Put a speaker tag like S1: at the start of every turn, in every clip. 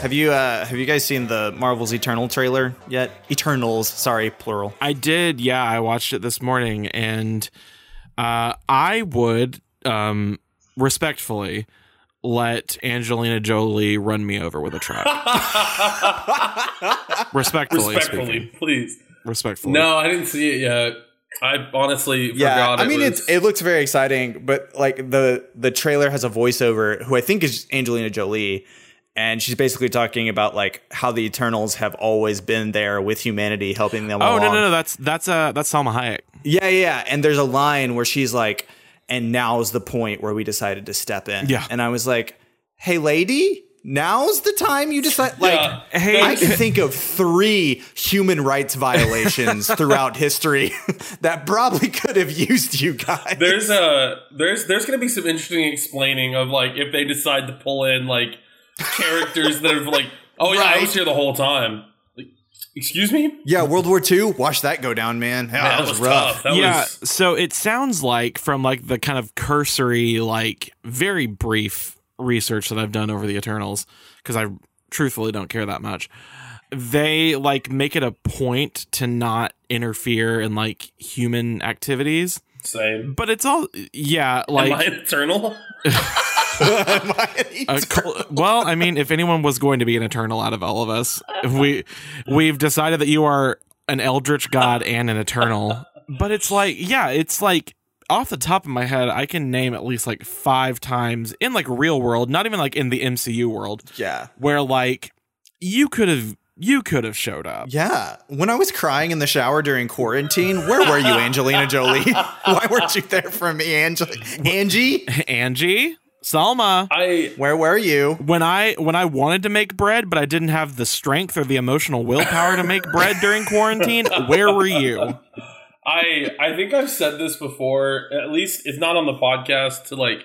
S1: Have you uh, have you guys seen the Marvel's Eternal trailer yet? Eternals, sorry, plural.
S2: I did. Yeah, I watched it this morning, and uh, I would um, respectfully let Angelina Jolie run me over with a truck. respectfully,
S3: Respectfully,
S2: speaking.
S3: please.
S2: Respectfully.
S3: No, I didn't see it yet. I honestly
S1: Yeah,
S3: forgot.
S1: I mean
S3: it
S1: it's it looks very exciting, but like the the trailer has a voiceover who I think is Angelina Jolie, and she's basically talking about like how the Eternals have always been there with humanity, helping them.
S2: Oh
S1: along.
S2: no no no! That's that's uh that's Salma Hayek.
S1: Yeah, yeah, yeah. And there's a line where she's like, and now's the point where we decided to step in.
S2: Yeah.
S1: And I was like, hey, lady, now's the time you decide. Like,
S3: Yeah.
S2: Hey,
S1: I can think of three human rights violations throughout history that probably could have used you guys.
S3: there's a there's there's gonna be some interesting explaining of like if they decide to pull in like characters that have like oh yeah I was
S1: Right.
S3: here the whole time. Like, excuse me.
S1: yeah, World War II, watch that go down, man. Yeah,
S3: Man,
S1: that, was, rough.
S3: That
S2: yeah.
S3: was
S2: So it sounds like from like the kind of cursory, like very brief research that I've done over the Eternals, because I truthfully don't care that much. They like make it a point to not interfere in like human activities,
S3: same.
S2: but it's all yeah, like
S3: Am I eternal?
S2: a col- Uh, well, I mean, if anyone was going to be an eternal out of all of us, we we've decided that you are an eldritch god and an eternal. But it's like, yeah, it's like off the top of my head, I can name at least like five times in like real world, not even like in the MCU world,
S1: yeah.
S2: where like you could have you could have showed up.
S1: Yeah. When I was crying in the shower during quarantine, where were you, Angelina Jolie? Why weren't you there for me, Angel- Angie?
S2: Angie, Salma.
S3: I
S1: Where were you?
S2: When I when I wanted to make bread, but I didn't have the strength or the emotional willpower to make bread during quarantine, where were you?
S3: I I think I've said this before. At least it's not on the podcast to like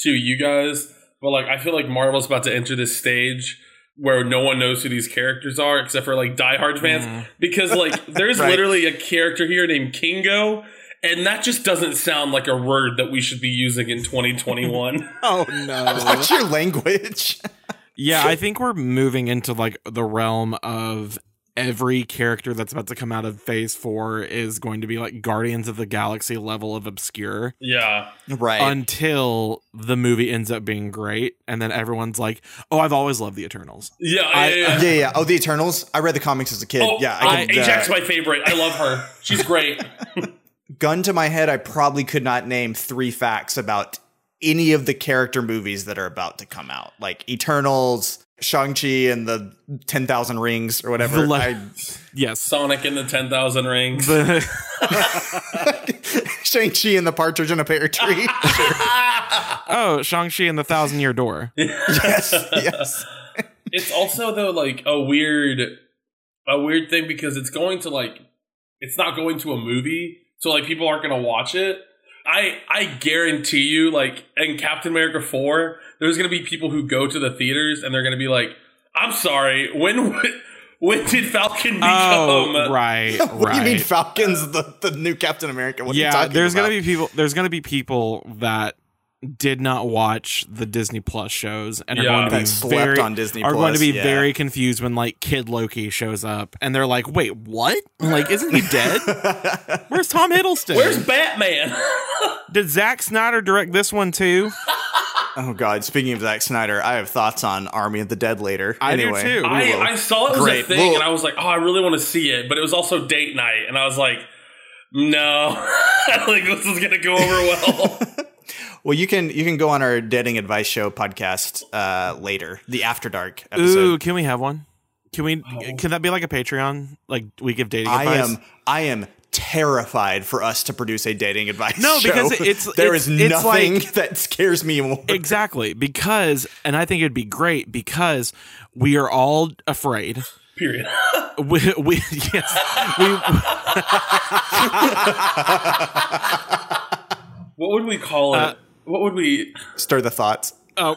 S3: to you guys, but like I feel like Marvel's about to enter this stage where no one knows who these characters are except for like diehard fans because like there's
S1: Mm. Right.
S3: literally a character here named Kingo and that just doesn't sound like a word that we should be using in 2021.
S1: Oh no. Watch your language.
S2: Yeah, I think we're moving into like the realm of every character that's about to come out of phase four is going to be like Guardians of the Galaxy level of obscure
S3: yeah.
S1: Right.
S2: until the movie ends up being great. And then everyone's like, oh, I've always loved the Eternals.
S3: Yeah,
S1: I,
S3: yeah, yeah.
S1: yeah, yeah. Oh, the Eternals. I read the comics as a kid.
S3: Oh,
S1: yeah,
S3: I,
S1: I could,
S3: Ajax
S1: uh,
S3: my favorite. I love her. She's great.
S1: gun to my head. I probably could not name three facts about any of the character movies that are about to come out, like Eternals, Shang Chi, and the Ten Thousand Rings, or whatever.
S2: The le-
S1: I-
S2: Yes.
S3: Sonic and the 10,000 Rings.
S2: The-
S1: Shang-Chi and the Partridge in a Pear Tree.
S2: oh, Shang-Chi and the Thousand Year Door.
S1: yes, yes.
S3: it's also though like a weird a weird thing because it's going to like it's not going to a movie so like people aren't going to watch it i i guarantee you like in captain america 4 there's going to be people who go to the theaters and they're going to be like i'm sorry when when did falcon become uh,
S2: Oh, right, right.
S1: What do you mean Falcon's the, the new Captain America? What are you
S2: yeah,
S1: talking
S2: there's
S1: about?
S2: gonna be people. There's gonna be people that did not watch the Disney Plus shows and
S3: Yeah.
S2: are going
S1: That
S2: to be
S1: slept
S2: very
S1: on Disney
S2: are going to
S1: Plus,
S2: be
S1: yeah.
S2: very confused when like Kid Loki shows up and they're like, "Wait, what? Like, isn't he dead? Where's Tom Hiddleston?
S3: where's batman
S2: did Zack Snyder direct this one too?
S1: Oh God! Speaking of Zack Snyder, I have thoughts on Army of the Dead later.
S2: I do
S1: anyway,
S2: too.
S3: I,
S1: will.
S3: I saw it was a
S1: Great.
S3: thing
S1: Well-
S3: and i was like oh i really want to see it but it was also date night and i was like no like this is going to go over well
S1: Well, you can you can go on our dating advice show podcast uh, later, the After Dark
S2: Ooh,
S1: episode.
S2: can we have one? Can we? Can that be like a Patreon? Like we give dating
S1: Oh. I
S2: advice?
S1: am I am terrified for us to produce a dating advice.
S2: No,
S1: show.
S2: because it's-
S1: there
S2: it's-
S1: is
S2: it's
S1: nothing
S2: like-
S1: that scares me more.
S2: Exactly. Because, and I think it'd be great because we are all afraid.
S3: period
S2: We, we yes, we,
S3: What would we call it? what would we
S1: Stir the thoughts.
S2: oh,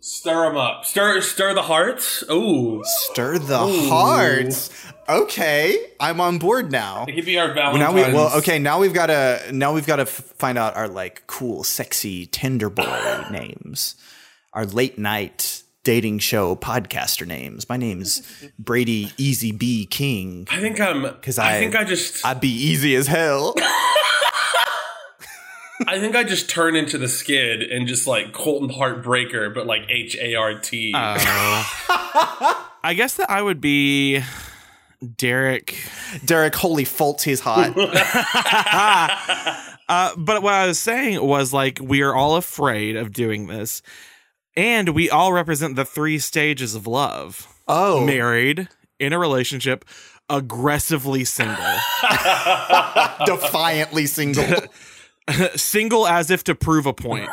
S3: stir them up? Stir stir the hearts. Ooh,
S1: Stir the hearts. Okay, I'm on board now.
S3: it could be our
S1: Well, now
S3: Valentine's.
S1: we well okay now we've got to now we've got to f- find out our like cool sexy Tinder boy names, our late night dating show podcaster names. My name's Brady Easy B King.
S3: I think I'm.
S1: 'Cause
S3: I,
S1: I-
S3: think I just. I,
S1: I'd be easy as hell.
S3: think I just turn into the skid and just like Colton Heartbreaker, but like H A R T.
S2: Oh. I guess that I would be Derek.
S1: Derek, holy faults, he's hot.
S2: Uh, but what I was saying was like we are all afraid of doing this, and we all represent the three stages of love:
S1: Oh,
S2: married, in a relationship, aggressively single,
S1: defiantly single.
S2: single as if to prove a point.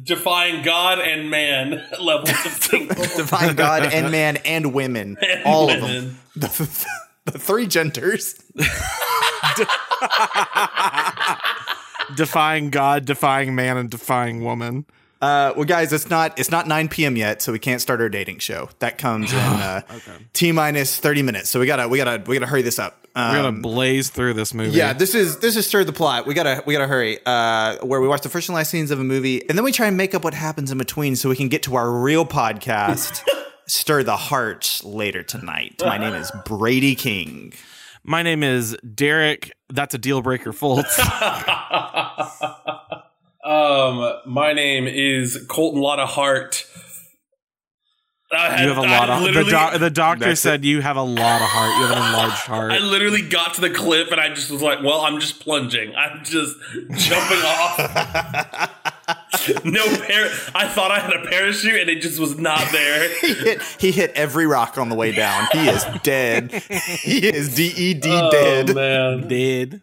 S3: Defying God and man levels of single.
S1: Define God and man and women. all of them.
S3: women.
S1: The, th- the three genders.
S2: defying God, defying man, and defying woman.
S1: Uh, well, guys, it's not it's not 9 p.m. yet, so we can't start our dating show. That comes in uh, t minus 30 minutes. So we gotta we gotta we gotta hurry this up. Um,
S2: We're gonna blaze through this movie.
S1: Yeah, this is this is stir the plot. We gotta we gotta hurry. Uh, where we watch the first and last scenes of a movie, and then we try and make up what happens in between, so we can get to our real podcast, stir the heart later tonight. My name is Brady King.
S2: My name is Derek. That's a deal breaker, Fultz.
S3: um, my name is Colton Lotta Hart. I
S2: You have a
S3: I
S2: lot of the,
S3: literally-
S2: doc- the doctor
S1: That's it.
S2: said you have a lot of heart. You have an enlarged
S3: I
S2: heart.
S3: literally got to the clip and I just was like, well, I'm just plunging. I'm just jumping off. no par- I thought I had a parachute and it just was not there.
S1: He hit, he hit every rock on the way down. He is dead. he is D E D dead.
S3: Oh, man.
S2: Did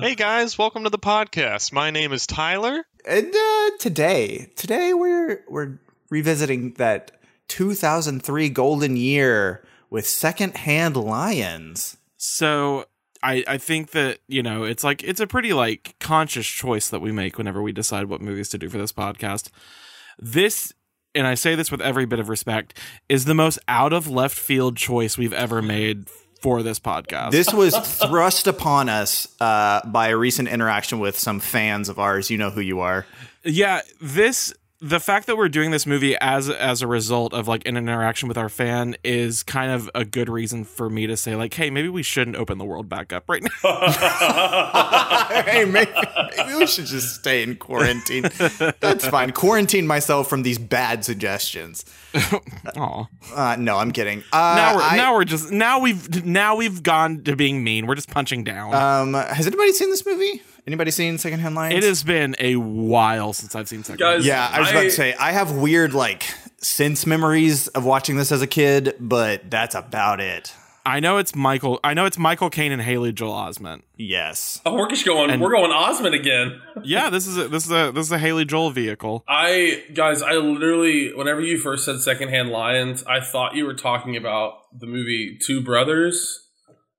S4: Hey guys, welcome to the podcast. My name is Tyler.
S1: And uh, today, today we're we're revisiting that 2003 golden year with secondhand lions.
S2: so? I I think that you know it's like it's a pretty like conscious choice that we make whenever we decide what movies to do for this podcast. This. And I say this with every bit of respect, is the most out of left field choice we've ever made for this podcast.
S1: This was thrust upon us uh, by a recent interaction with some fans of ours. You know who you are.
S2: yeah this the fact that we're doing this movie as as a result of like an interaction with our fan is kind of a good reason for me to say like hey maybe we shouldn't open the world back up right now
S1: hey, maybe, maybe we should just stay in quarantine. That's fine. Quarantine myself from these bad suggestions.
S2: Aw.
S1: Uh, no, I'm kidding. Uh,
S2: now we're
S1: I-
S2: now we're just now we've now we've gone to being mean we're just punching down
S1: um, has anybody seen this movie? Anybody seen Secondhand Lions?
S2: it has been a while since i've seen second
S3: Guys,
S1: Yeah, I was about
S3: I-
S1: to say I have weird like sense memories of watching this as a kid, but that's about it.
S2: i know it's michael i know it's michael kane and haley joel osment
S1: Yes.
S3: Oh, we're just going, we're going Osmond again.
S2: yeah this is a this is a this is a haley joel vehicle
S3: I guys, I literally whenever you first said secondhand lions, I thought you were talking about the movie Two Brothers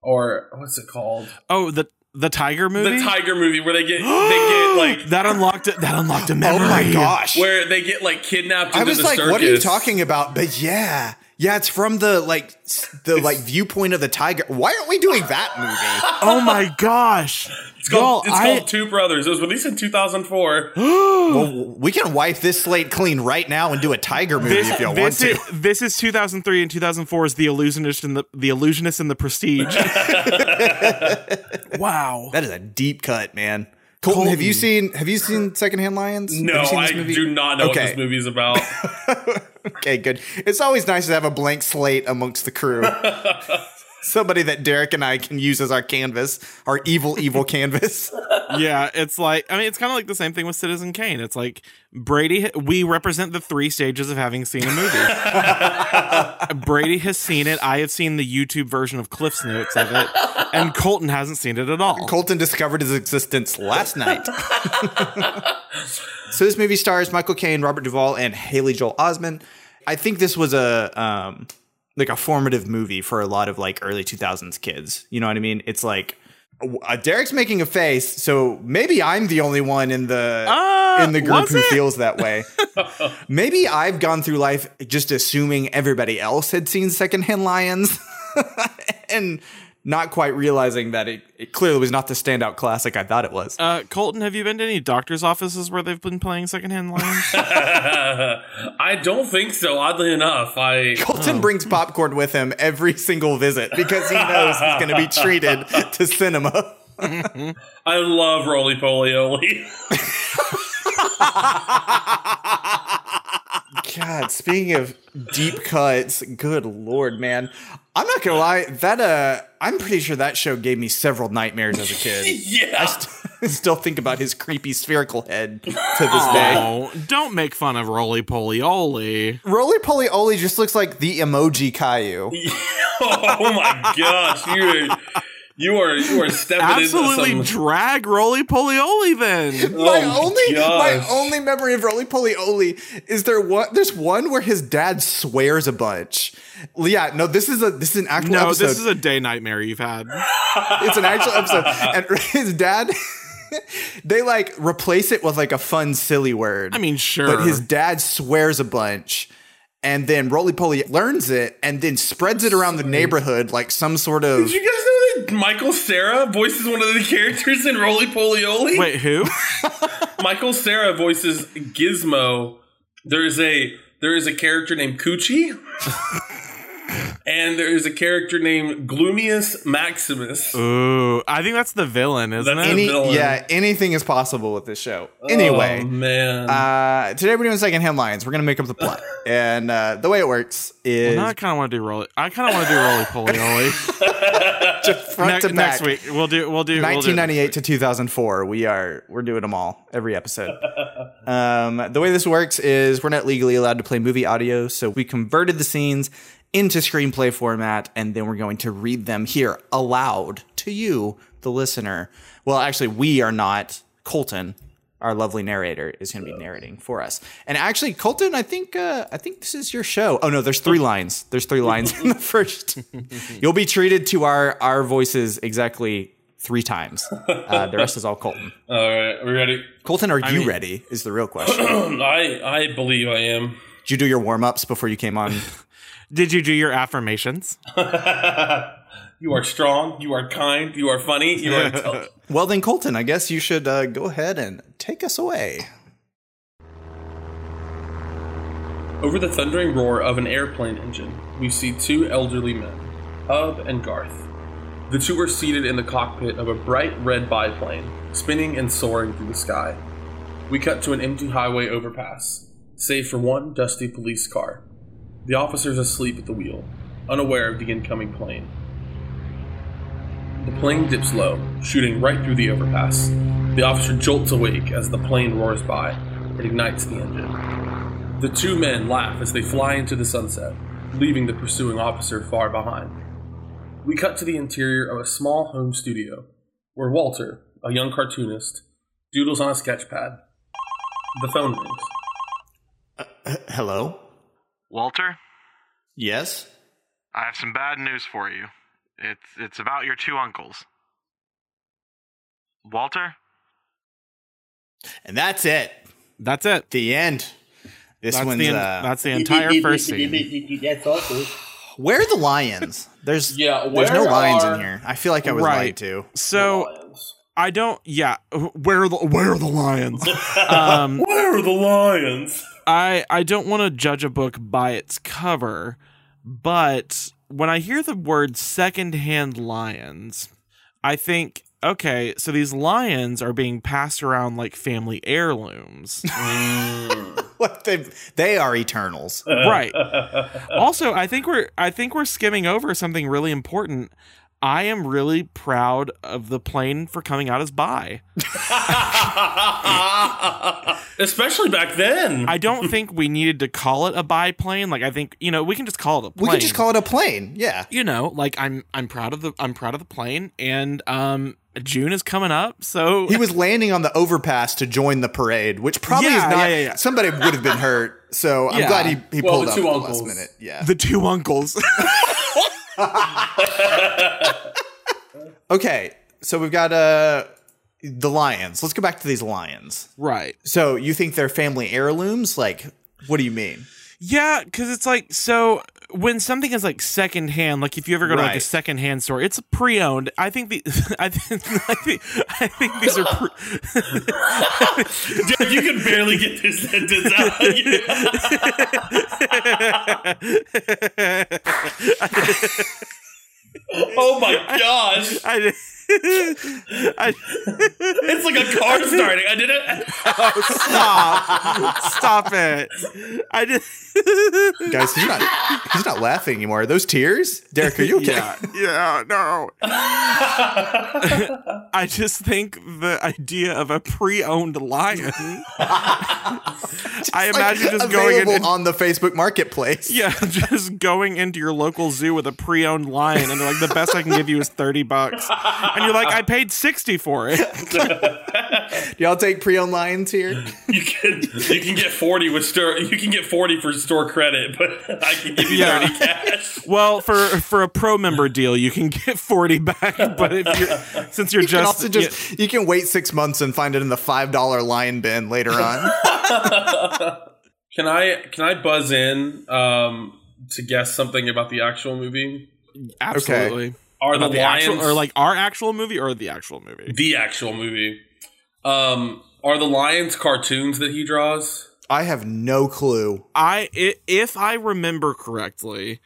S3: or what's it called?
S2: oh the the tiger movie
S3: The tiger movie where they get they get like
S2: that unlocked it that unlocked a
S1: Oh
S2: memory
S1: my gosh.
S3: where they get like kidnapped into
S1: I was
S3: the
S1: like,
S3: circus.
S1: what are you talking about? But yeah. Yeah, it's from the like s- the like viewpoint of the tiger. Why aren't we doing that movie?
S2: Oh my gosh.
S3: It's called, it's called Two Brothers. It was released in 2004.
S1: well, w- we can wipe this slate clean right now and do a tiger movie
S2: this,
S1: if y'all want
S2: this,
S1: to.
S2: is, this is 2003 and 2004 is the illusionist and the, the illusionist and the prestige. wow.
S1: That is a deep cut, man. Colton, have you seen have you seen Secondhand Lions?
S3: No,
S1: Have you seen
S3: I
S1: this movie?
S3: do not know
S1: Okay.
S3: what this movie is about.
S1: Okay, good. It's always nice to have a blank slate amongst the crew. Somebody that Derek and I can use as our canvas, our evil, evil canvas.
S2: Yeah, it's like I mean it's kind of like the same thing with Citizen Kane. It's like Brady we represent the three stages of having seen a movie. Brady has seen it. I have seen the YouTube version of Cliff's notes of it, and Colton hasn't seen it at all.
S1: Colton discovered his existence last night. so this movie stars Michael Caine, Robert Duvall, and Haley Joel Osment. I think this was a um, like a formative movie for a lot of like early 2000s kids. You know what I mean? It's like uh, Derek's making a face, so maybe I'm the only one in the
S2: Uh,
S1: in the group
S2: was
S1: who
S2: it?
S1: feels that way. Maybe I've gone through life just assuming everybody else had seen secondhand lions and not quite realizing that it, it clearly was not the standout classic I thought it was.
S2: Uh, Colton, have you been to any doctor's offices where they've been playing secondhand lions?
S3: I don't think so. Oddly enough, I
S2: oh.
S1: Colton brings popcorn with him every single visit because he knows he's going to be treated to cinema.
S3: I love roly poly oly.
S1: God, speaking of deep cuts, good lord, man. I'm not gonna lie, that uh I'm pretty sure that show gave me several nightmares as a kid.
S3: yeah,
S1: I still think about his creepy spherical head to this day.
S2: oh, don't make fun of Roly Poly Oly.
S1: Roly Poly Oly just looks like the emoji Caillou.
S3: oh my gosh, you are you are you are stepping
S2: Absolutely
S3: into some.
S2: drag Roly Poly Oly then.
S1: my
S3: Oh,
S1: only my
S3: gosh.
S1: only memory of Roly Poly Oly is there one there's one where his dad swears a bunch. Yeah, no, this is a this is an actual
S2: No,
S1: episode.
S2: this is a day nightmare you've had.
S1: it's an actual episode. And his dad they like replace it with like a fun silly word.
S2: I mean, sure.
S1: But his dad swears a bunch. And then Roly Poly learns it and then spreads it around the neighborhood like some sort of
S3: Did you guys know that Michael Sarah voices one of the characters in Roly Poly Oly?
S2: Wait, who?
S3: Michael Sarah voices Gizmo. There is a there is a character named Coochie. and there is a character named Gloomius Maximus.
S2: Ooh, I think that's the villain, isn't
S3: That's
S2: it?
S1: any
S3: villain.
S1: yeah, anything is possible with this show. Anyway.
S3: Oh, man.
S1: Uh, today we're doing second headlines. We're gonna make up the plot, and uh, the way it works is
S2: No, I kind of want to do roly. I kind of want to do roly poly oly.
S1: front
S2: Ne-
S1: to back.
S2: next week we'll do we'll do we'll do-
S1: 1998 to 2004. We are we're doing them all every episode. um, the way this works is we're not legally allowed to play movie audio, so we converted the scenes into screenplay format, and then we're going to read them here aloud to you, the listener. Well, actually, we are not. Colton, our lovely narrator, is going to be narrating for us. And actually, Colton, I think uh, I think this is your show. Oh no, there's three lines. There's three lines in the first. You'll be treated to our our voices exactly three times. Uh, the rest is all Colton.
S3: All right, are we ready?
S1: Colton, are you ready? Is the real question.
S3: I I believe I am.
S1: Did you do your warm ups before you came on?
S2: Did you do your affirmations?
S3: you are strong. You are kind. You are funny. You are intelligent.
S1: well, then, Colton, I guess you should uh, go ahead and take us away.
S3: Over the thundering roar of an airplane engine, we see two elderly men, Hub and Garth. The two are seated in the cockpit of a bright red biplane, spinning and soaring through the sky. We cut to an empty highway overpass, save for one dusty police car. The officer's asleep at the wheel, unaware of the incoming plane. The plane dips low, shooting right through the overpass. The officer jolts awake as the plane roars by and ignites the engine. The two men laugh as they fly into the sunset, leaving the pursuing officer far behind. We cut to the interior of a small home studio, where Walter, a young cartoonist, doodles on a sketch pad. The phone rings.
S1: Hello?
S4: Walter,
S1: Yes?
S4: I have some bad news for you. It's it's about your two uncles. Walter?
S1: And that's it.
S2: That's it.
S1: The end. This
S2: That's
S1: one's.
S2: the en-
S1: uh,
S2: that's the entire first scene.
S1: where are the lions? There's
S3: Yeah,
S1: there's no
S3: where
S1: lions
S3: are-
S1: in here. I feel like I was
S2: Right.
S1: lied to.
S2: So I don't. Yeah, where are the where are the lions? um,
S3: Where are the lions?
S2: I I don't want to judge a book by its cover, but when I hear the word secondhand lions, I think okay, so these lions are being passed around like family heirlooms.
S1: What they they are eternals.
S3: Uh,
S2: right. Also, I think we're I think we're skimming over something really important. I am really proud of the plane for coming out as bi.
S3: Especially back then.
S2: I don't think we needed to call it a biplane. Like I think you know we can just call it a plane.
S1: We could just call it a plane. Yeah.
S2: you know, like I'm I'm proud of the I'm proud of the plane and um June is coming up, so
S1: He was landing on the overpass to join the parade, which probably
S2: Yeah,
S1: is not.
S2: yeah, yeah.
S1: Somebody would have been hurt. So I'm
S2: Yeah.
S1: glad he, he
S3: Well,
S1: pulled
S3: the
S1: up
S3: two
S1: at the
S3: uncles.
S1: last minute. Yeah.
S2: the two uncles.
S1: okay. So we've got uh the lions. Let's go back to these lions.
S2: right.
S1: So you think they're family heirlooms? Like, what do you mean?
S2: Yeah, cuz it's like so when something is like secondhand, like if you ever go to like a
S1: Right.
S2: secondhand store, it's pre-owned. I think the I think I think, I think these are pre-
S3: Dude, you can barely get this sentence out. oh my gosh.
S2: I, I,
S3: It's like a car starting. I did it.
S2: oh, stop! Stop it! I just
S1: Guys, he's not he's not laughing anymore. Are those tears? Derek, are you okay?
S2: yeah yeah no. I just think the idea of a pre-owned lion. I imagine just going in
S1: available
S2: and
S1: on the Facebook Marketplace.
S2: Yeah, just going into your local zoo with a pre-owned lion, and they're like, "The best I can give you is thirty bucks," and you're like, "I paid sixty for it."
S1: Y'all take pre-owned lions here.
S3: You can you can get forty with store. You can get forty for store credit, but I can give you
S2: Yeah.
S3: thirty cash.
S2: Well, for for a pro member deal, you can get forty back, but if you're since you're
S1: You can
S2: just,
S1: also just you can wait six months and find it in the five dollar lion bin later on.
S3: Can I can I buzz in um, to guess something about the actual movie?
S2: yeah, absolutely
S3: Are the,
S2: About the
S3: lions
S2: actual, or like our actual movie or the actual movie?
S3: the actual movie? Um, are the lions cartoons that he draws?
S1: I have no clue.
S2: I i- if I remember correctly,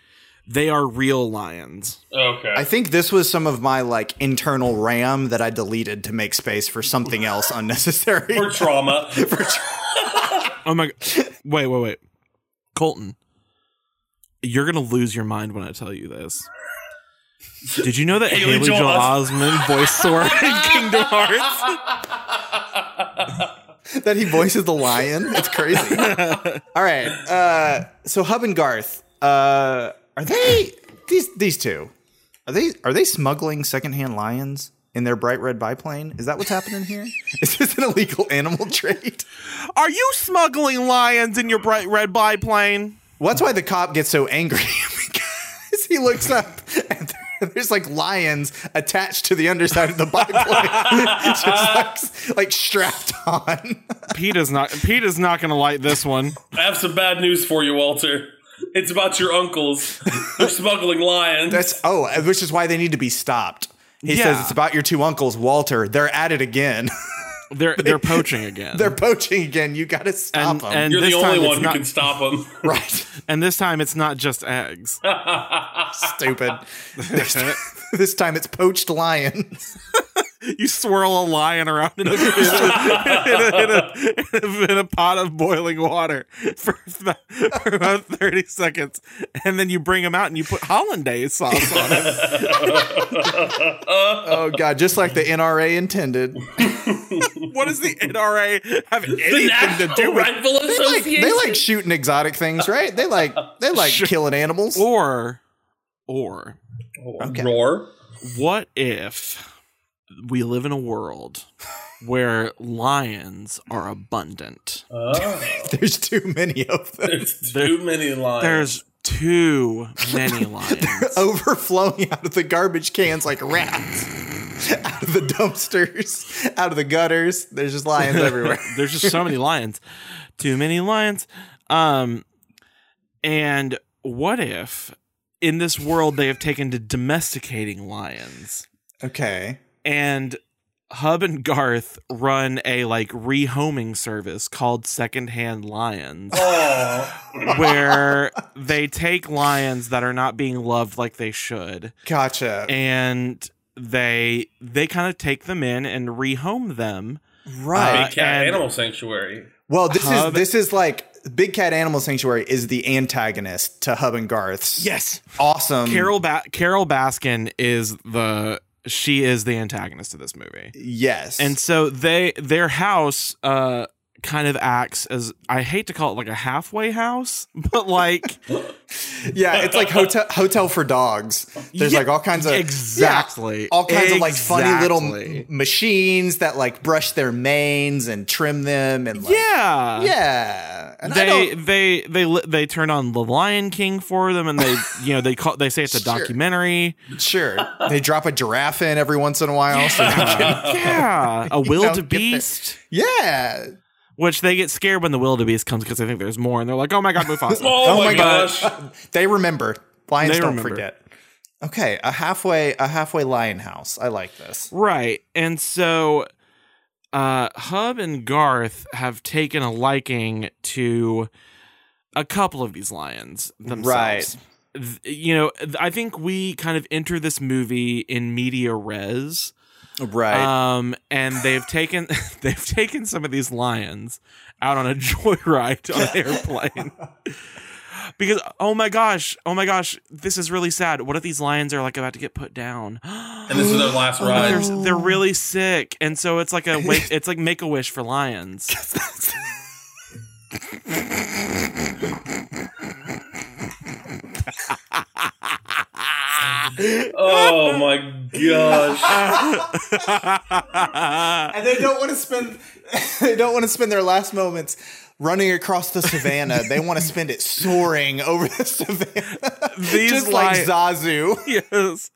S2: they are real lions.
S3: Okay,
S1: I think this was some of my like internal RAM that I deleted to make space for something else unnecessary.
S3: for trauma.
S2: Oh my! Wait, wait, wait, Colton, you're gonna lose your mind when I tell you this. Did you know that
S3: Haley
S2: Haley,
S3: Joel
S2: Joel, Osment voiced Sora in Kingdom Hearts?
S1: that he voices the lion. It's crazy. All right. Uh, so Hub and Garth, uh, are they these these two? Are they are they smuggling secondhand lions in their bright red biplane? Is that what's happening here? Is this an illegal animal trade?
S2: Are you smuggling lions in your bright red biplane?
S1: Well, that's why the cop gets so angry because he looks up and there- there's like lions attached to the underside of the biplane, just like, like strapped on.
S2: Pete is not. Pete is not gonna like this one.
S3: I have some bad news for you, Walter. It's about your uncles. They're smuggling lions.
S1: That's oh, which is why they need to be stopped. He
S2: Yeah.
S1: says it's about your two uncles, Walter. They're at it again.
S2: They're they're poaching again.
S1: They're poaching again. You got to stop
S2: And-
S1: them.
S2: and-
S3: You're the
S2: this
S3: only
S2: time it's
S3: one who
S2: not-
S3: can stop them.
S1: right,
S2: and this time it's not just eggs.
S1: stupid. this time it's poached lions.
S2: You swirl a lion around in a, in a, in a, in a, in a pot of boiling water for about, for about 30 seconds. And then you bring them out and you put hollandaise sauce on it.
S1: Oh god, just like the NRA intended.
S2: What does the NRA have
S3: The
S2: anything to do
S3: National
S2: with?
S3: Rifle
S1: They like,
S3: Association.
S1: they like shooting exotic things, right? They like they like
S2: Sure.
S1: killing animals.
S2: Or, or,
S1: Okay.
S3: Roar.
S2: what if we live in a world where lions are abundant?
S3: Oh,
S1: There's too many of them.
S3: there's too many lions.
S2: There's too many lions.
S1: overflowing out of the garbage cans like rats, out of the dumpsters, out of the gutters. There's just lions everywhere.
S2: There's just so many lions. Too many lions. Um and what if in this world they have taken to domesticating lions
S1: Okay.
S2: and Hub and Garth run a like rehoming service called Secondhand Lions
S3: oh,
S2: where they take lions that are not being loved like they should
S1: Gotcha.
S2: and they they kind of take them in and rehome them.
S1: right.
S2: Uh,
S3: big cat
S2: and-
S3: animal sanctuary.
S1: well, this
S2: Hub-
S1: is this is like Big Cat Animal Sanctuary is the antagonist to Hub and Garth's.
S2: Yes.
S1: Awesome.
S2: Carol ba- Carol Baskin is the she is the antagonist of this movie,
S1: Yes.
S2: and so they their house uh kind of acts as I hate to call it like a halfway house, but like
S1: yeah, it's like hotel hotel for dogs. There's
S2: Yeah,
S1: like all kinds of
S2: exactly
S1: Yeah, all kinds of like funny little
S2: Exactly.
S1: m- machines that like brush their manes and trim them and like,
S2: yeah
S1: yeah. And I
S2: They,
S1: don't-
S2: they they li- they turn on The Lion King for them, and they you know they call they say it's a
S1: Sure.
S2: documentary,
S1: Sure. They drop a giraffe in every once in a while. So
S2: yeah, a wildebeast.
S1: yeah.
S2: Which they get scared when the wildebeest comes because they think there's more, and they're like, "Oh my god, Mufasa!"
S3: Oh, my, gosh.
S1: they remember. Lions
S2: They
S1: don't
S2: remember.
S1: forget. Okay, a halfway a halfway lion house. I like this.
S2: Right. And so uh Hub and Garth have taken a liking to a couple of these lions themselves. Th- You know, th- I think we kind of enter this movie in media res.
S1: Right.
S3: Uh,
S2: Um and they've taken they've taken some of these lions out on a joyride on an airplane. Because oh my gosh, oh my gosh, this is really sad. What if these lions are like about to get put down?
S3: And this is their last
S2: But
S3: ride.
S2: they're, they're really sick, and so it's like a wake, it's like make a wish for lions.
S3: Oh my gosh.
S1: and they don't want to spend they don't want to spend their last moments running across the savannah. they want to spend it soaring over the savannah.
S2: These
S1: Just like
S2: li-
S1: Zazu.
S2: yes,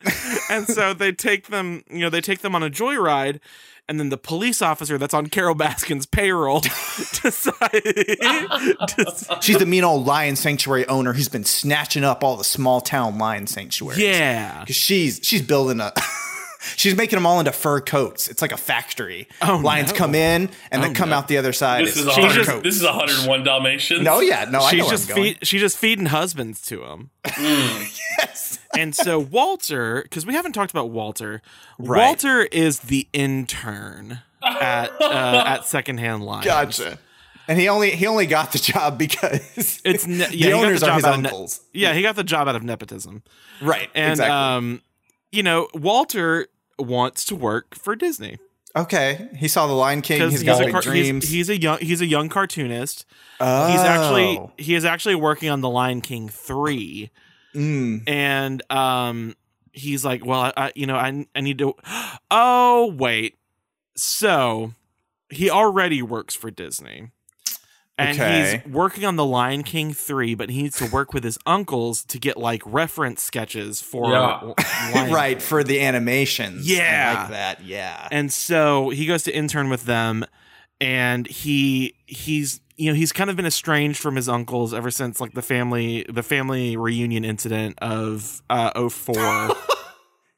S2: and so they take them, you know, they take them on a joyride, and then the police officer that's on Carol Baskin's payroll decides.
S1: She's the mean old lion sanctuary owner who's been snatching up all the small town lion sanctuaries.
S2: yeah,
S1: 'Cause she's she's building a she's making them all into fur coats. It's like a factory.
S2: Oh,
S1: Lions
S2: no.
S1: come in and then come out the other side.
S3: This
S1: as
S3: is, a
S1: fur
S2: She's just-
S1: coats.
S3: hundred, this is 101 Dalmatians.
S1: no, yeah, no, I know
S2: she's
S1: where
S2: just
S1: I'm going. Mm.
S2: feed, she's just feeding husbands to them. and so Walter, because we haven't talked about Walter,
S1: Right.
S2: Walter is the intern at uh, at Secondhand Lions.
S1: Gotcha. And he only he only got the job because
S2: It's ne- yeah, he
S1: the
S2: got
S1: owners
S2: the
S1: are
S2: job
S1: his
S2: out of ne-
S1: uncles.
S2: yeah, he got the job out of nepotism,
S1: right.
S2: and
S1: exactly.
S2: um, you know Walter wants to work for Disney
S1: okay. He saw the Lion King. He's
S2: because
S1: got
S2: uh, he's, a
S1: big
S2: car-
S1: dreams.
S2: he's, he's a young he's a young cartoonist.
S1: oh.
S2: He's actually he is actually working on the Lion King three.
S1: Mm.
S2: and um he's like well I, I you know I, I need to oh wait so he already works for disney and
S1: Okay.
S2: he's working on the lion king 3 but he needs to work with his uncles to get like reference sketches for
S3: Yeah.
S2: Lion
S1: right for the animations.
S2: Yeah.
S1: I like that. Yeah.
S2: and so he goes to intern with them and he he's you know he's kind of been estranged from his uncles ever since like the family the family reunion incident of uh 04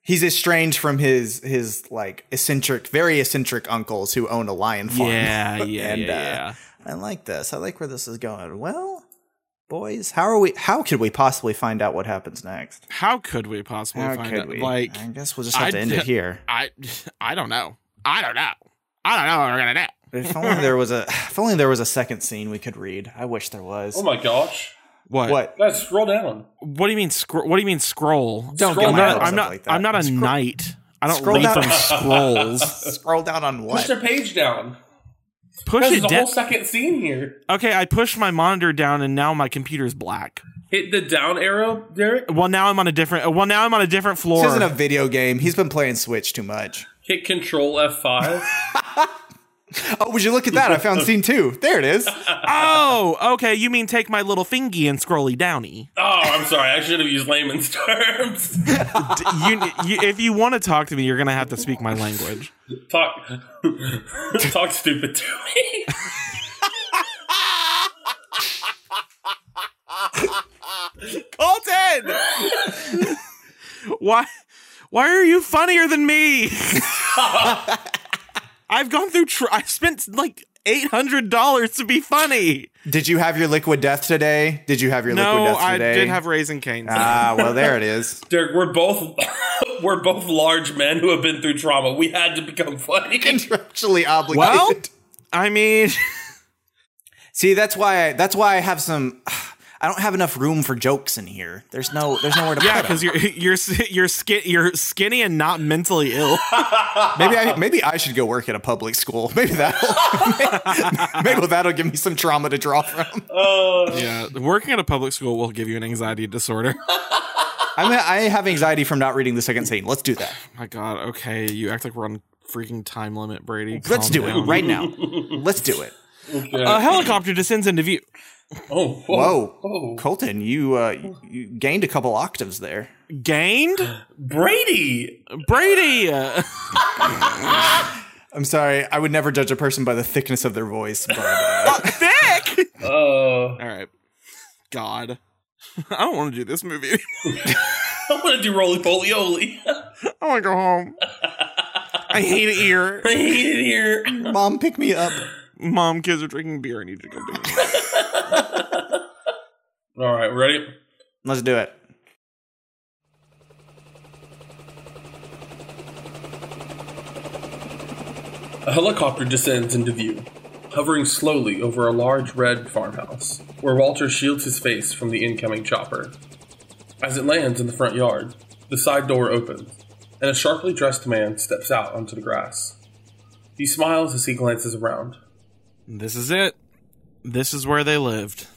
S1: He's estranged from his his like eccentric, very eccentric uncles who own a lion farm.
S2: Yeah, yeah,
S1: And, uh,
S2: yeah, yeah.
S1: I like this. I like where this is going. Well, boys, how are we? How could we possibly find out what happens next?
S2: How could we possibly
S1: How
S2: find
S1: could
S2: out?
S1: we?
S2: Like,
S1: I guess we'll just have
S2: I
S1: to end
S2: d-
S1: it here.
S2: I, I don't know. I don't know. I don't know what we're gonna do.
S1: If only there was a if only there was a second scene we could read. I wish there was.
S3: Oh my gosh.
S2: What?
S1: what?
S3: Guys, scroll down.
S2: What do you mean? Scroll? What do you mean scroll?
S1: Don't
S3: Scroll
S1: get
S2: I'm
S1: my
S2: not.
S3: down.
S1: hopes
S2: I'm
S1: up
S2: not,
S1: like that.
S2: I'm not a
S1: Scroll-
S2: knight. I don't
S1: scroll
S2: read
S1: down.
S2: from scrolls.
S1: Scroll down on
S3: Push
S1: what?
S3: the page down.
S2: Push
S3: Guys,
S2: it
S3: There's a
S2: down.
S3: whole second scene here.
S2: Okay, I pushed my monitor down, and now my computer's black.
S3: Hit the down arrow, Derek.
S2: Well, now I'm on a different. Well, now I'm on a different floor.
S1: This isn't a video game. He's been playing Switch too much.
S3: Hit Control F5.
S1: Oh, would you look at that? I found scene two. There it is.
S2: oh, okay. You mean take my little fingy and scrolly downy?
S3: oh, I'm sorry. I should have used layman's terms.
S2: D- you, you, if you want to talk to me, you're gonna have to speak my language.
S3: Talk, talk stupid to me.
S2: Colton! why why are you funnier than me? I've gone through tr- I spent like $800 to be funny.
S1: Did you have your liquid death today? Did you have your liquid
S2: No,
S1: death
S2: I
S1: today?
S2: did have raising canes.
S1: Ah, well, there it is.
S3: Derek, we're both we're both large men who have been through trauma. We had to become funny.
S1: Contractually obligated.
S2: well, I mean,
S1: See, that's why I, that's why I have some. I don't have enough room for jokes in here. There's no there's nowhere to
S2: yeah,
S1: put 'em.
S2: cuz you're you're s- you're skin, you're skinny and not mentally ill.
S1: Maybe I maybe I should go work at a public school. Maybe that'll maybe that'll give me some trauma to draw from.
S2: yeah, working at a public school will give you an anxiety disorder.
S1: I'm I have anxiety from not reading the second scene. Let's do that.
S2: My god, okay, you act like we're on a freaking time limit, Brady.
S1: Let's
S2: Calm
S1: do
S2: down.
S1: it right now. Let's do it.
S2: A helicopter descends into view.
S3: Oh, whoa.
S1: Whoa,
S3: Oh.
S1: Colton, you uh, you- you gained a couple octaves there.
S2: Gained?
S3: Brady.
S2: Brady. uh,
S1: I'm sorry. I would never judge a person by the thickness of their voice. But, uh,
S2: Thick.
S3: Oh,
S2: All right. God. I don't want to do this movie.
S3: I want to do roly poly oly.
S2: I want to go home. I hate it here.
S3: I hate it here.
S1: Mom, pick me up.
S2: Mom, kids are drinking beer. I need you to go do it.
S3: All right, ready?
S1: Let's do it.
S3: A helicopter descends into view, hovering slowly over a large red farmhouse, where Walter shields his face from the incoming chopper. As it lands in the front yard, the side door opens, and a sharply dressed man steps out onto the grass. He smiles as he glances around.
S2: This is it. This is where they lived.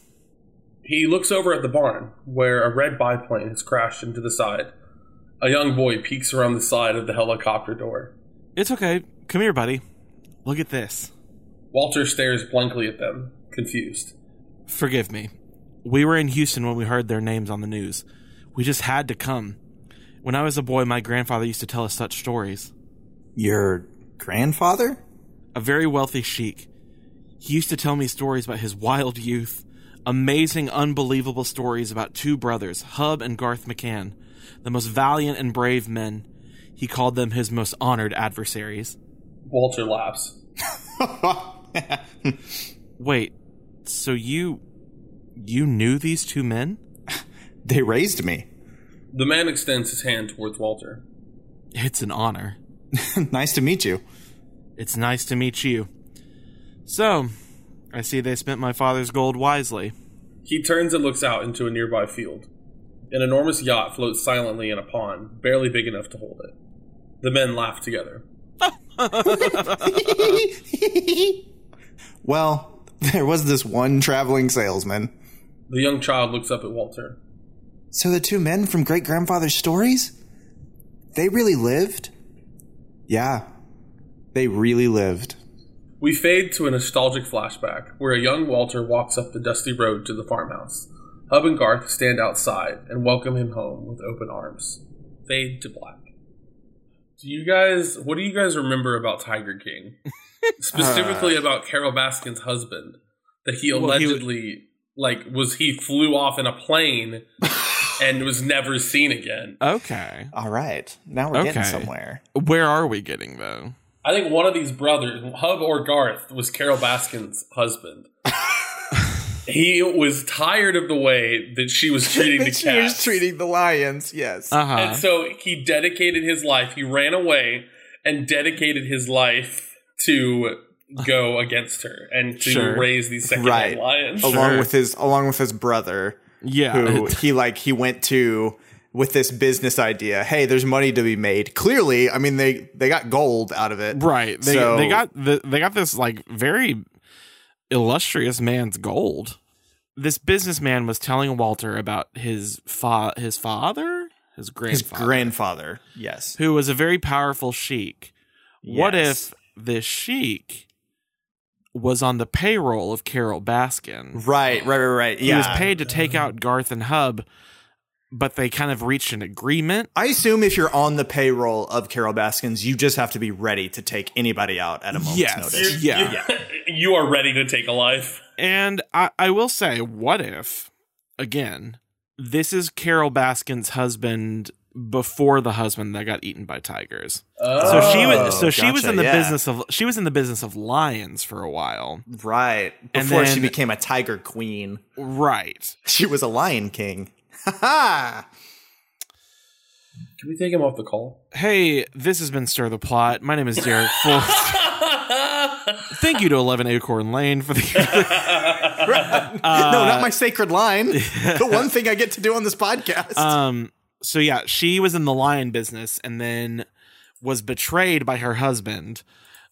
S3: He looks over at the barn, where a red biplane has crashed into the side. A young boy peeks around the side of the helicopter door.
S2: It's okay. Come here, buddy. Look at this.
S3: Walter stares blankly at them, confused.
S2: Forgive me. We were in Houston when we heard their names on the news. We just had to come. When I was a boy, my grandfather used to tell us such stories.
S1: Your grandfather?
S2: A very wealthy sheik. He used to tell me stories about his wild youth. Amazing, unbelievable stories about two brothers, Hub and Garth McCann, the most valiant and brave men. He called them his most honored adversaries.
S3: Walter laughs.
S2: Wait, so you. you knew these two men?
S1: They raised me.
S3: The man extends his hand towards Walter.
S2: It's an honor.
S1: nice to meet you.
S2: It's nice to meet you. So, I see they spent my father's gold wisely.
S3: He turns and looks out into a nearby field. An enormous yacht floats silently in a pond, barely big enough to hold it. The men laugh together.
S1: well, there was this one traveling salesman.
S3: The young child looks up at Walter.
S1: So the two men from great grandfather's stories? They really lived? Yeah. They really lived.
S3: We fade to a nostalgic flashback where a young Walter walks up the dusty road to the farmhouse. Hub and Garth stand outside and welcome him home with open arms. Fade to black. Do you guys, what do you guys remember about Tiger King? Specifically about Carol Baskin's husband that he
S2: Well, he was-
S3: allegedly, like, was he flew off in a plane and was never seen again.
S2: Okay.
S1: All right. Now we're getting
S2: Okay.
S1: somewhere.
S2: Where are we getting, though?
S3: I think one of these brothers, Hub or Garth, was Carol Baskin's husband. he was tired of the way that she was treating the
S1: she
S3: cats.
S1: was treating the lions, yes.
S2: Uh huh.
S3: and so he dedicated his life. He ran away and dedicated his life to go against her and to
S2: Sure.
S3: raise these second
S1: Right.
S3: lions.
S1: Along
S2: Sure.
S1: with his along with his brother
S2: yeah.
S1: who
S2: it-
S1: he like he went to with this business idea. Hey, there's money to be made. Clearly, I mean they they got gold out of it.
S2: right. They,
S1: So-
S2: they got the, they got this like very illustrious man's gold. This businessman was telling Walter about his fa- his father, his
S1: His
S2: grandfather,
S1: grandfather. Yes.
S2: who was a very powerful sheik. What
S1: Yes.
S2: if this sheik was on the payroll of Carol Baskin?
S1: Right, right, right, right.
S2: He
S1: Yeah.
S2: was paid to take out Garth and Hub, but they kind of reached an agreement.
S1: I assume if you're on the payroll of Carol Baskins, you just have to be ready to take anybody out at a moment's
S2: Yes.
S1: notice.
S2: Yeah.
S3: you are ready to take a life.
S2: And I, I will say, what if, again, this is Carol Baskin's husband before the husband that got eaten by tigers. So she was so she was
S1: Oh, gotcha,
S2: in the
S1: yeah.
S2: business of she was in the business of lions for a while.
S1: Right.
S2: And
S1: Before she
S2: then-
S1: became a tiger queen,
S2: Right.
S1: she was a lion king. Ha ha!
S3: Can we take him off the call?
S2: Hey, this has been Stir the Plot. My name is Derek Fultz. Thank you to 11 Acorn Lane for the.
S1: no, not my sacred line. the one thing I get to do on this podcast.
S2: Um, so, yeah, she was in the lion business and then was betrayed by her husband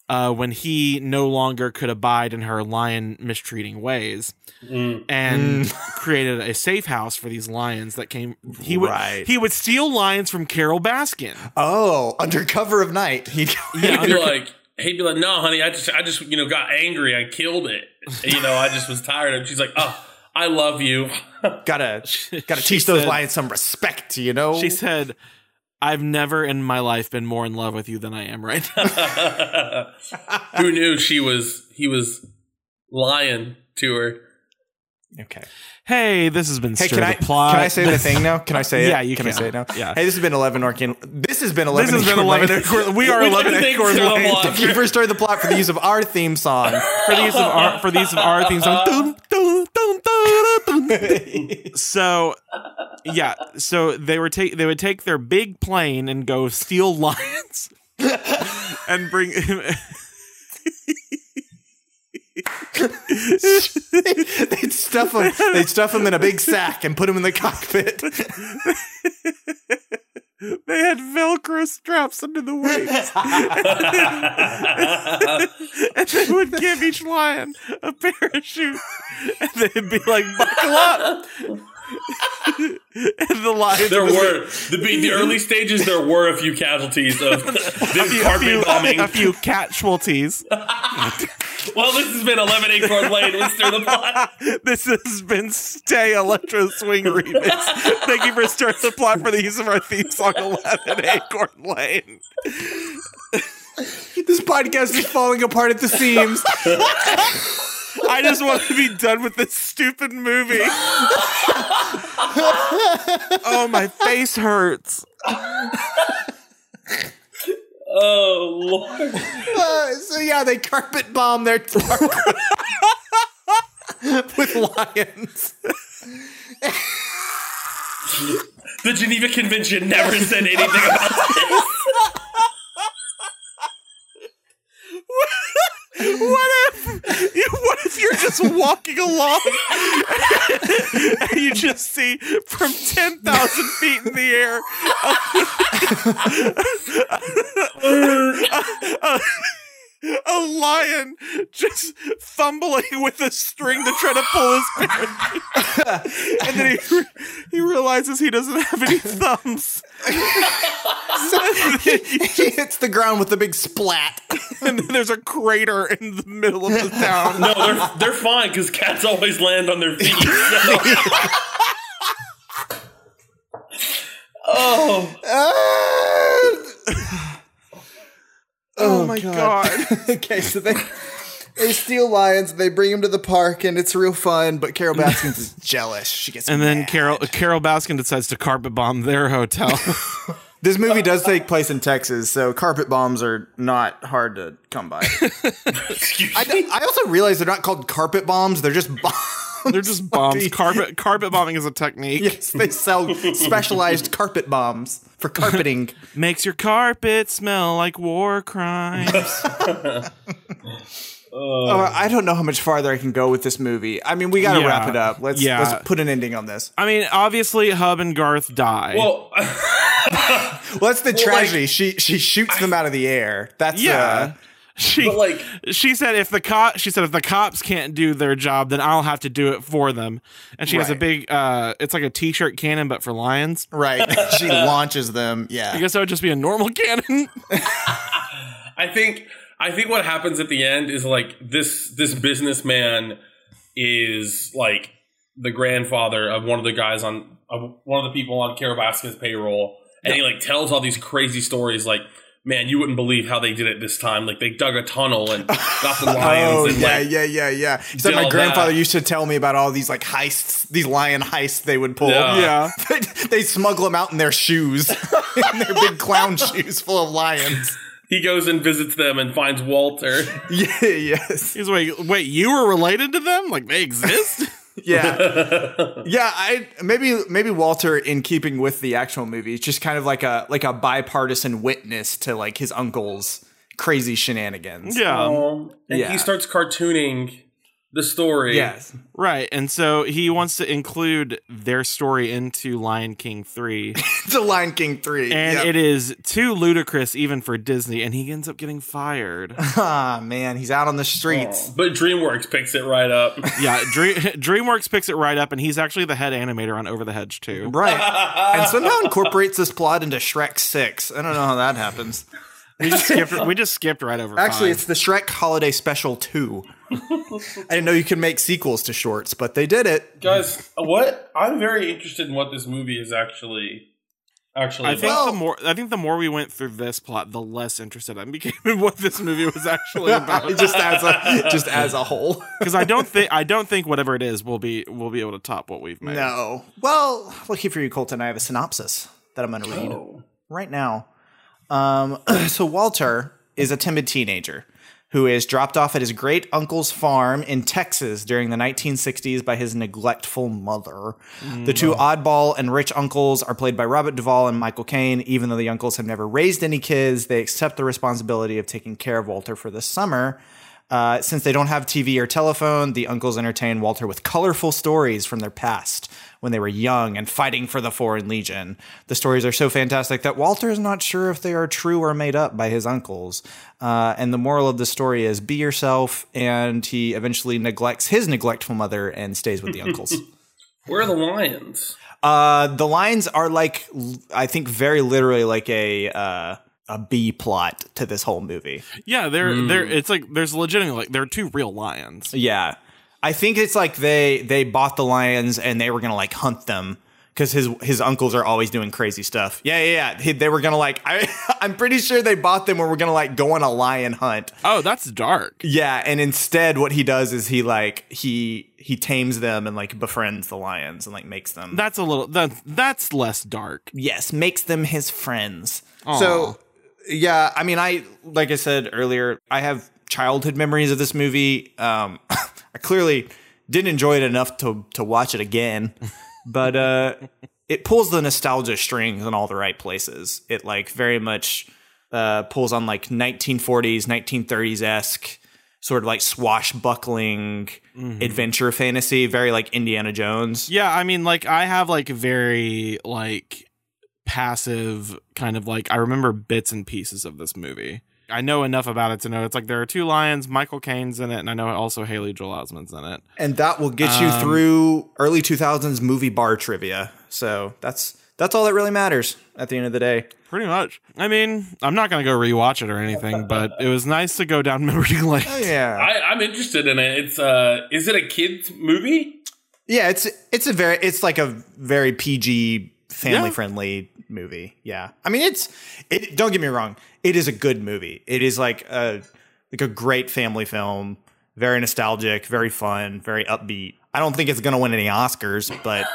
S2: uh, when he no longer could abide in her lion mistreating ways
S1: Mm.
S2: and created a safe house for these lions that came. He would,
S1: Right.
S2: he would steal lions from Carol Baskin.
S1: oh, under cover of night. He
S3: He'd be like, he'd be like, no, honey, I just, I just, you know, got angry. I killed it. You know, I just was tired. And she's like, oh, I love you.
S1: gotta gotta teach those
S2: said-
S1: Oh. lions some respect, you know?
S2: She said, I've never in my life been more in love with you than I am right now.
S3: Who knew she was? He was lying to her.
S1: okay.
S2: Hey, this has been
S1: Hey,
S2: Stir
S1: can I
S2: the Plot.
S1: can I say the thing now? Can I say it?
S2: Yeah, you
S1: can. I
S2: can.
S1: say it now?
S2: Yeah.
S1: Hey, this has been eleven Orkin. This has been
S2: This
S1: eleven.
S2: has been 11 Accord- We are
S3: We'd like to
S2: 11
S3: thank
S2: Accord-
S3: Stir the Plot.
S1: Thank you for starting the plot for the use of our theme song.
S2: for the use of our for the use of our theme song. Dun, dun, dun, dun, dun, dun. So yeah, so they were take they would take their big plane and go steal lions and bring
S1: they'd stuff them. They'd stuff them in a big sack and put them in the cockpit.
S2: they had velcro straps under the wings and they would give each lion a parachute and they'd be like buckle up and the lions
S3: There
S2: would-
S3: were the, be- the early stages. There were a few casualties of this
S2: a few,
S3: carpet bombing.
S2: a few casualties
S3: Well, this has been 11 Acorn Lane. Let's stir the plot.
S2: This has been Stay Electro Swing Remix. Thank you for starting the plot for the use of our theme song 11 Acorn Lane.
S1: this podcast is falling apart at the seams.
S2: I just want to be done with this stupid movie. oh, my face hurts.
S3: Oh, Lord.
S1: Uh, so yeah, they carpet bomb their target with lions.
S3: The Geneva Convention never said anything about
S2: What if you- what if you're just walking along and you just see from ten thousand feet in the air a, a, a lion just fumbling with a string to try to pull his parachute, and then he re- he realizes he doesn't have any thumbs.
S1: he hits the ground with a big splat.
S2: and then there's a crater in the middle of the town.
S3: No, they're, they're fine because cats always land on their feet. so- oh,
S1: Ah!
S2: Oh, my god.
S1: okay, so they they steal lions, they bring him to the park, and it's real fun. But Carol Baskins is jealous. She gets
S2: And then
S1: mad.
S2: Carol Carol Baskin decides to carpet bomb their hotel.
S1: this movie does take place in Texas, so carpet bombs are not hard to come by.
S3: excuse
S1: I,
S3: me.
S1: I also realize they're not called carpet bombs; they're just bombs.
S2: They're just bombs. Carpet carpet bombing is a technique.
S1: yes, they sell specialized carpet bombs for carpeting.
S2: Makes your carpet smell like war crimes.
S1: Oh, I don't know how much farther I can go with this movie. I mean, we got to
S2: Yeah.
S1: wrap it up. Let's
S2: Yeah.
S1: let's put an ending on this.
S2: I mean, obviously Hub and Garth die.
S3: Well,
S1: Well, that's the tragedy.
S3: like-
S1: she she shoots them out of the air. That's uh,
S2: yeah.
S1: yeah.
S2: She
S3: but like,
S2: she said if the cop she said if the cops can't do their job, then I'll have to do it for them. And she has a
S1: Right.
S2: big uh it's like a t-shirt cannon but for lions.
S1: right. she launches them.
S2: I
S1: Yeah.
S2: guess that would just be a normal cannon.
S3: I think I think what happens at the end is like this this businessman is like the grandfather of one of the guys on of one of the people on Carol Baskin's payroll, and he like tells all these crazy stories like. Man, you wouldn't believe how they did it this time. Like they dug a tunnel and got the lions.
S1: Oh
S3: and
S1: yeah,
S3: like,
S1: yeah, yeah, yeah. It's
S3: did
S1: like my
S3: all
S1: grandfather
S3: that.
S1: used to tell me about all these like heists, these lion heists they would pull.
S3: Yeah.
S2: yeah.
S1: they smuggle them out in their shoes, in their big clown shoes full of lions.
S3: he goes and visits them and finds Walter.
S1: Yeah, yes,
S2: He's like, wait, you were related to them? Like they exist?
S1: yeah. Yeah, I maybe maybe Walter, in keeping with the actual movie, is just kind of like a like a bipartisan witness to like his uncle's crazy shenanigans.
S2: yeah.
S3: Um, and
S1: yeah.
S3: he starts cartooning the story.
S1: Yes.
S2: Right. And so he wants to include their story into Lion King 3.
S1: to Lion King three.
S2: And
S1: Yep.
S2: it is too ludicrous even for Disney and he ends up getting fired.
S1: ah man, he's out on the streets.
S3: But DreamWorks picks it right up.
S2: yeah, Dream- Dreamworks picks it right up and he's actually the head animator on Over the Hedge too.
S1: Right. and somehow incorporates this plot into Shrek six. I don't know how that happens.
S2: We just skipped we just skipped right over
S1: Actually,
S2: five.
S1: it's the Shrek Holiday Special two. I didn't know you could make sequels to shorts, but they did it.
S3: uh, Guys, what I'm very interested in what this movie is actually actually.
S2: I think
S1: Well-
S2: the more I think the more we went through this plot, the less interested I became in what this movie was actually about.
S1: just as a just as a whole.
S2: Because I don't think I don't think whatever it is will be will be able to top what we've made.
S1: No. Well, lucky for you, Colton, I have a synopsis that I'm going to read
S3: Oh.
S1: right now. Um, so Walter is a timid teenager who is dropped off at his great uncle's farm in Texas during the 1960s by his neglectful mother. The two oddball and rich uncles are played by Robert Duvall and Michael Caine. Even though the uncles have never raised any kids, they accept the responsibility of taking care of Walter for the summer. Uh, since they don't have TV or telephone, the uncles entertain Walter with colorful stories from their past when they were young and fighting for the Foreign Legion. The stories are so fantastic that Walter is not sure if they are true or made up by his uncles. Uh, and the moral of the story is be yourself, and he eventually neglects his neglectful mother and stays with the uncles.
S3: Where are the lions?
S1: Uh, the lines are like, l- I think, very literally like a. Uh, a B plot to this whole movie.
S2: Yeah, they're they're it's like there's legitimate like there are two real lions.
S1: Yeah. I think it's like they they bought the lions and they were gonna like hunt them because his his uncles are always doing crazy stuff. Yeah, yeah, yeah. He- they were gonna like I I'm pretty sure they bought them or we're gonna like go on a lion hunt.
S2: Oh, that's dark.
S1: Yeah, and instead what he does is he like he he tames them and like befriends the lions and like makes them
S2: That's a little that's that's less dark.
S1: yes, makes them his friends.
S2: Aw.
S1: So, yeah, I mean, I like I said earlier, I have childhood memories of this movie. Um, I clearly didn't enjoy it enough to to watch it again, but uh, it pulls the nostalgia strings in all the right places. It like very much uh, pulls on like 1940s, 1930s esque sort of like swashbuckling adventure fantasy, very like Indiana Jones.
S2: Yeah, I mean, like I have like very like passive kind of like I remember bits and pieces of this movie. I know enough about it to know it's like there are two lions, Michael Caine's in it, and I know also Haley Joel Osment's in it.
S1: and that will get you
S2: Um,
S1: through early 2000s movie bar trivia so that's that's all that really matters at the end of the day
S2: Pretty much. I mean, I'm not gonna go rewatch it or anything, but it was nice to go down memory lane.
S1: Oh, yeah
S3: I, I'm interested in it. It's uh, is it a kids movie?
S1: yeah it's it's a very it's like a very pg family
S2: Yeah.
S1: friendly movie yeah i mean it's it don't get me wrong it is a good movie it is like a like a great family film very nostalgic very fun very upbeat i don't think it's gonna win any oscars but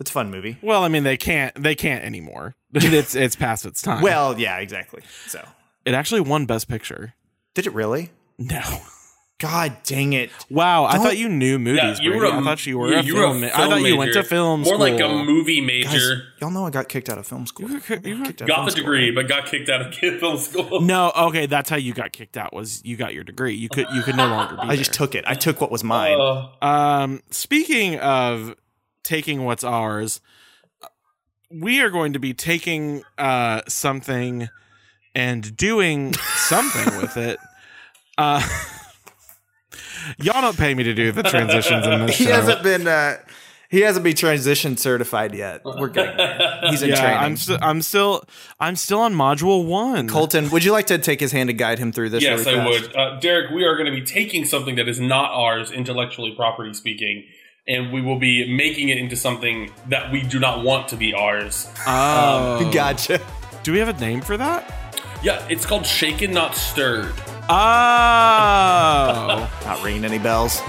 S1: it's a fun movie
S2: Well, I mean, they can't they can't anymore. it's it's past its time.
S1: well yeah exactly so
S2: it actually won Best Picture.
S1: did it really
S2: No.
S1: god dang it
S2: Wow, I
S1: Don't-
S2: thought you knew movies.
S3: you were
S2: Brady.
S3: a-
S2: I thought you were.
S3: yeah,
S2: a
S3: you were a
S2: film ma- I thought you went to
S3: filmmaker.
S2: film
S3: More
S2: school.
S3: like a movie
S1: Guys,
S3: major.
S1: y'all know I got kicked out of film school.
S2: You got- you got-
S1: Kicked out of
S3: got
S1: film
S3: the
S1: school.
S3: degree, but got kicked out of kid film school.
S2: No, okay, that's how you got kicked out. Was you got your degree? You could you could no longer be.
S1: I just
S2: there.
S1: took it. I took what was mine.
S3: Uh,
S2: Um, speaking of taking what's ours, we are going to be taking uh something and doing something with it. Uh, y'all don't pay me to do the transitions in this
S1: he
S2: show.
S1: hasn't been. Uh, he hasn't been transition certified yet. We're getting there. He's in
S2: yeah,
S1: training.
S2: I'm still I'm still I'm still on module one.
S1: Colton, would you like to take his hand and guide him through this?
S3: yes,
S1: really
S3: I
S1: fast?
S3: would. Uh, Derek, we are going to be taking something that is not ours, intellectually property speaking, and we will be making it into something that we do not want to be ours.
S2: Oh,
S1: Gotcha.
S2: do we have a name for that?
S3: Yeah, it's called Shaken Not Stirred.
S2: Oh.
S1: Not ringing any bells.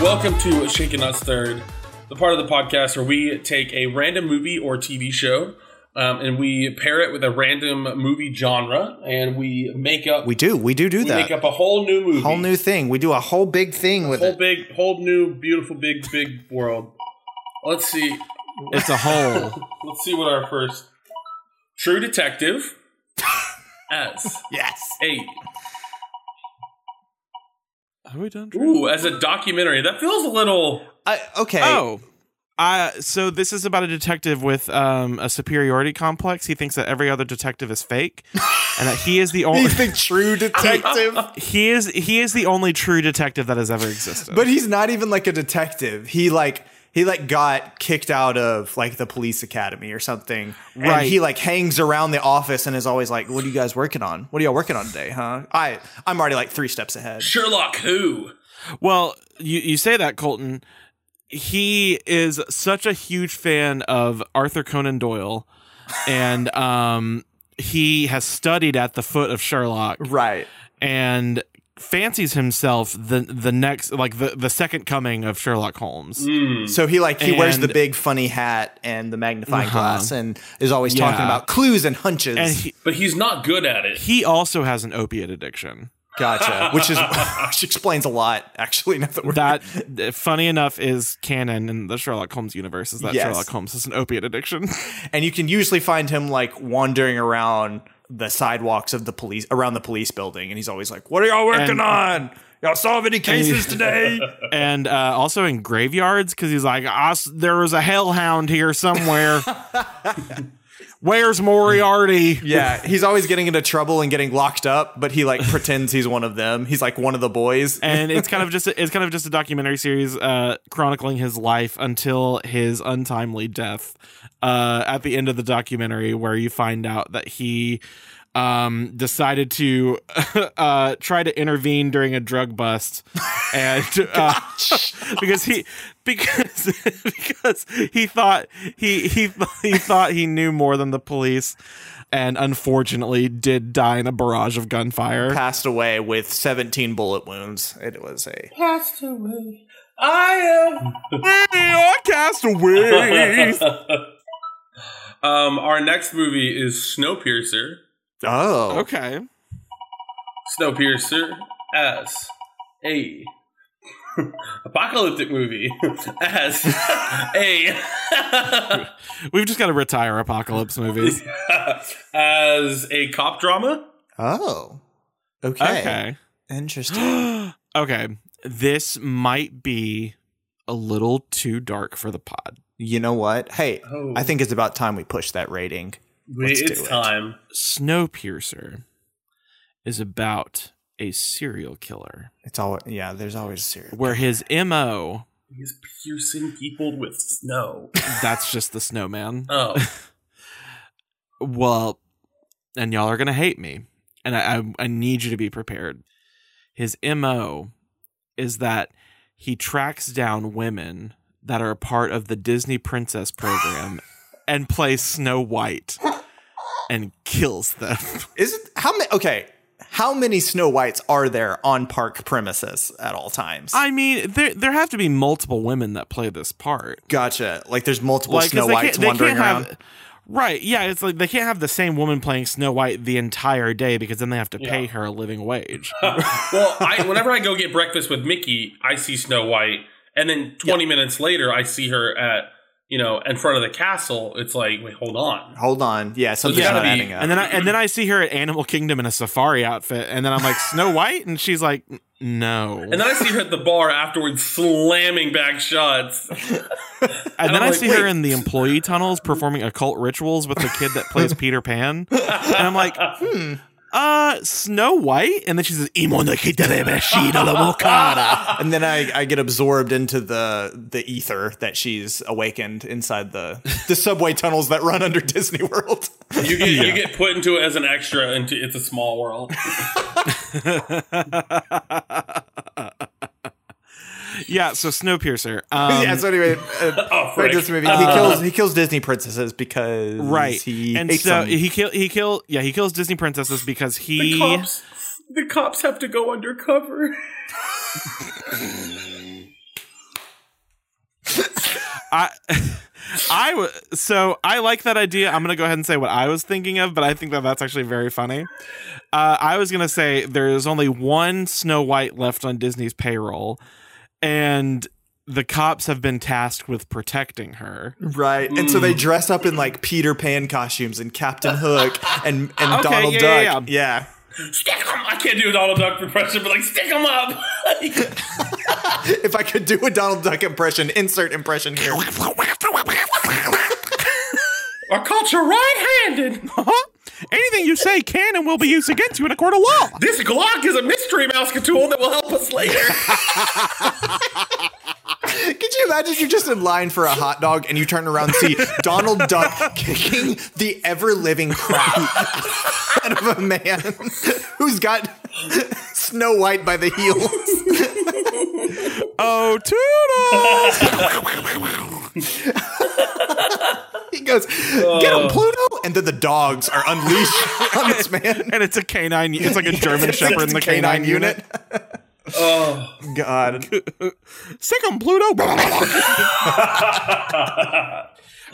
S3: Welcome to Shaken Not Stirred, the part of the podcast where we take a random movie or TV show um, and we pair it with a random movie genre and we make up
S1: We do. We do do
S3: we
S1: that.
S3: make up a whole new movie,
S1: whole new thing. We do a whole big thing with
S3: whole
S1: it.
S3: big, whole new, beautiful, big, big world. Let's see.
S2: It's a hole.
S3: Let's see what our first True Detective as
S1: Yes.
S3: a
S2: Are we done? Drew?
S3: ooh as a documentary. That feels a little
S1: I, okay.
S2: Oh. Uh, so this is about a detective with um, a superiority complex. He thinks that every other detective is fake, and that he is the only
S1: He's the true detective,
S2: he is he is the only true detective that has ever existed.
S1: but he's not even like a detective. He like he like got kicked out of like the police academy or something.
S2: Right.
S1: And he like hangs around the office and is always like, "What are you guys working on? What are y'all working on today, huh?" I I'm already like three steps ahead.
S3: Sherlock who?
S2: Well, you, you say that, Colton. He is such a huge fan of Arthur Conan Doyle, and um, he has studied at the foot of Sherlock
S1: Right.
S2: and fancies himself the the next, like the, the second coming of Sherlock Holmes.
S3: Mm.
S1: So he like he wears the
S2: And-
S1: big funny hat and the magnifying
S2: Uh-huh.
S1: glass and is always talking
S2: Yeah.
S1: about clues and hunches.
S2: And he,
S3: But he's not good at it.
S2: he also has an opiate addiction.
S1: gotcha, which is which explains a lot actually. Now that we're
S2: That, uh, funny enough, is canon in the Sherlock Holmes universe. Is that
S1: Yes.
S2: Sherlock Holmes has an opiate addiction?
S1: and you can usually find him like wandering around the sidewalks of the police around the police building, and he's always like, "What are y'all working
S2: And-
S1: on? Y'all solve any cases today?"
S2: and uh, also in graveyards because he's like, I s there was a hellhound here somewhere. Where's Moriarty?
S1: yeah, he's always getting into trouble and getting locked up, but he like pretends he's one of them. He's like one of the boys.
S2: And it's kind of just a, it's kind of just a documentary series uh, chronicling his life until his untimely death. Uh, at the end of the documentary, where you find out that he um, decided to uh, try to intervene during a drug bust, and uh, because he because because he thought he he he thought he knew more than the police and unfortunately did die in a barrage of gunfire
S1: Passed away with 17 bullet wounds. It was a
S3: passed away. I am.
S2: castaways
S3: um, our next movie is Snowpiercer.
S1: oh
S2: okay
S3: Snowpiercer as a apocalyptic movie as a
S2: we've just got to retire apocalypse movies
S3: as a cop drama.
S1: oh okay,
S2: okay
S1: interesting.
S2: okay this might be a little too dark for the pod
S1: You know what? Hey,
S3: Oh.
S1: I think it's about time we push that rating. let's
S3: it's
S1: do it.
S3: time.
S2: snowpiercer is about a serial killer
S1: It's all yeah. There's always serious.
S2: where his mo
S3: He's piercing people with snow.
S2: that's just the snowman
S3: Oh,
S2: Well, and y'all are gonna hate me, and I, I I need you to be prepared. His mo is that he tracks down women that are a part of the Disney Princess program and plays Snow White and kills them.
S1: Is it how many? Okay, how many Snow Whites are there on park premises at all times?
S2: I mean, there there have to be multiple women that play this part.
S1: gotcha. Like there's multiple
S2: 'cause
S1: Snow
S2: they can't-
S1: Whites
S2: they
S1: wandering
S2: can't
S1: around.
S2: have- Right, yeah, it's like they can't have the same woman playing Snow White the entire day because then they have to pay
S3: Yeah.
S2: her a living wage.
S3: well, I, whenever I go get breakfast with Mickey, I see Snow White, and then 20 minutes later, I see her at you know in front of the castle. It's like, wait, hold on.
S1: Hold on, yeah, something's
S3: gotta
S1: not
S3: be-
S1: adding up.
S2: And then I and then I see her at Animal Kingdom in a safari outfit, and then I'm like Snow White, and she's like, "N- no.
S3: And then I see her at the bar afterwards slamming back shots.
S2: And then
S3: I'm
S2: I
S3: like,
S2: see her
S3: "Wait."
S2: in the employee tunnels performing occult rituals with the kid that plays Peter Pan, and I'm like, hmm, uh, Snow White, and then she says, "Imonokidarebashidalabokara."
S1: and then I, I get absorbed into the the ether that she's awakened inside the the subway tunnels that run under Disney World.
S3: You get you get put into it as an extra, and it's a small world.
S2: yeah, so Snowpiercer. Um,
S1: yeah. So anyway, uh,
S3: Oh,
S1: back
S3: frick.
S1: to this movie. he kills he kills Disney princesses because
S2: Uh, right,
S1: He
S2: and
S1: hates
S2: so
S1: them.
S2: he kill he kill yeah he kills Disney princesses because he
S3: the cops. The cops have to go undercover.
S2: I I w- so I like that idea. I'm gonna go ahead and say what I was thinking of, but I think that that's actually very funny. Uh, I was gonna say there is only one Snow White left on Disney's payroll, and the cops have been tasked with protecting her.
S1: Right. And so they
S2: Mm.
S1: dress up in like Peter Pan costumes and Captain Hook and, and
S2: Okay,
S1: Donald
S2: yeah, yeah,
S1: Duck. Yeah.
S3: Stick 'em- I can't do a Donald Duck impression, but like stick 'em up.
S1: If I could do a Donald Duck impression, insert impression here.
S3: Our culture right-handed.
S2: Uh-huh. Anything you say can and will be used against you in a court of law.
S3: This Glock is a mystery mouse tool that will help us later.
S1: Could you imagine if you're just in line for a hot dog and you turn around and see Donald Duck kicking the ever living crap out of a man who's got Snow White by the heels?
S2: Oh, Toodles!
S1: He goes, "Get
S2: Uh.
S1: him, Pluto!" And then the dogs are unleashed on this man.
S2: and it's a canine. It's like a German Shepherd in the canine, unit.
S3: Oh,
S1: God,
S2: Sick 'em, Pluto.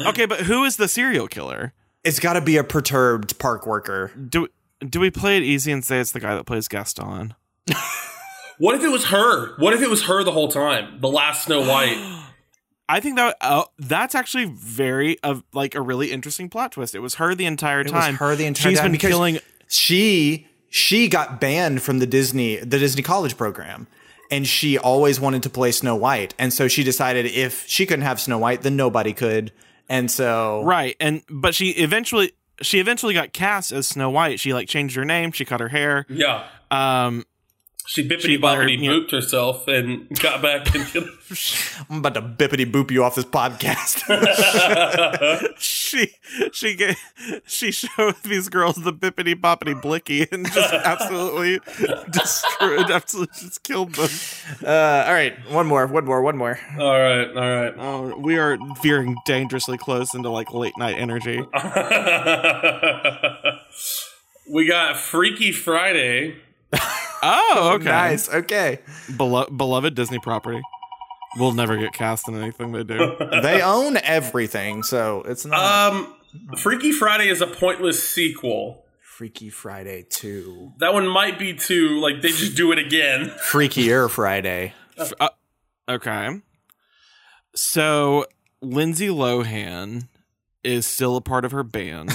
S2: okay, but who is the serial killer?
S1: it's got to be a perturbed park worker.
S2: Do do we play it easy and say it's the guy that plays Gaston?
S3: what if it was her? What if it was her the whole time? The last Snow White.
S2: I think that uh, that's actually very of like a really interesting plot twist. It was her the entire
S1: was
S2: time.
S1: her the entire
S2: She's
S1: time
S2: been
S1: because-
S2: killing.
S1: she she got banned from the Disney the Disney college program and she always wanted to play Snow White and so she decided if she couldn't have Snow White then nobody could and so
S2: Right, and but she eventually she eventually got cast as Snow White. She like changed her name. She cut her hair.
S3: Yeah.
S2: Um,
S3: She
S2: She
S3: bippity
S2: buttered-
S3: boppity
S2: yeah.
S3: booped herself and got back into the
S1: I'm about to bippity boop you off this podcast
S2: she she ga- she showed these girls the bippity boppity blicky and just absolutely destroyed, absolutely just killed them.
S1: uh, all right one more one more one more
S3: All right, all
S2: Oh, we are veering dangerously close into like late night energy.
S3: right. we got Freaky Friday.
S2: Oh, okay.
S1: nice okay
S2: Belo- beloved Disney property. We'll never get cast in anything they do.
S1: they own everything so it's not
S3: Um, Freaky Friday is a pointless sequel.
S1: Freaky Friday 2
S3: That one might be too like they just do it again.
S1: Freakier Friday
S2: F- uh, okay. So Lindsay Lohan is still a part of her band.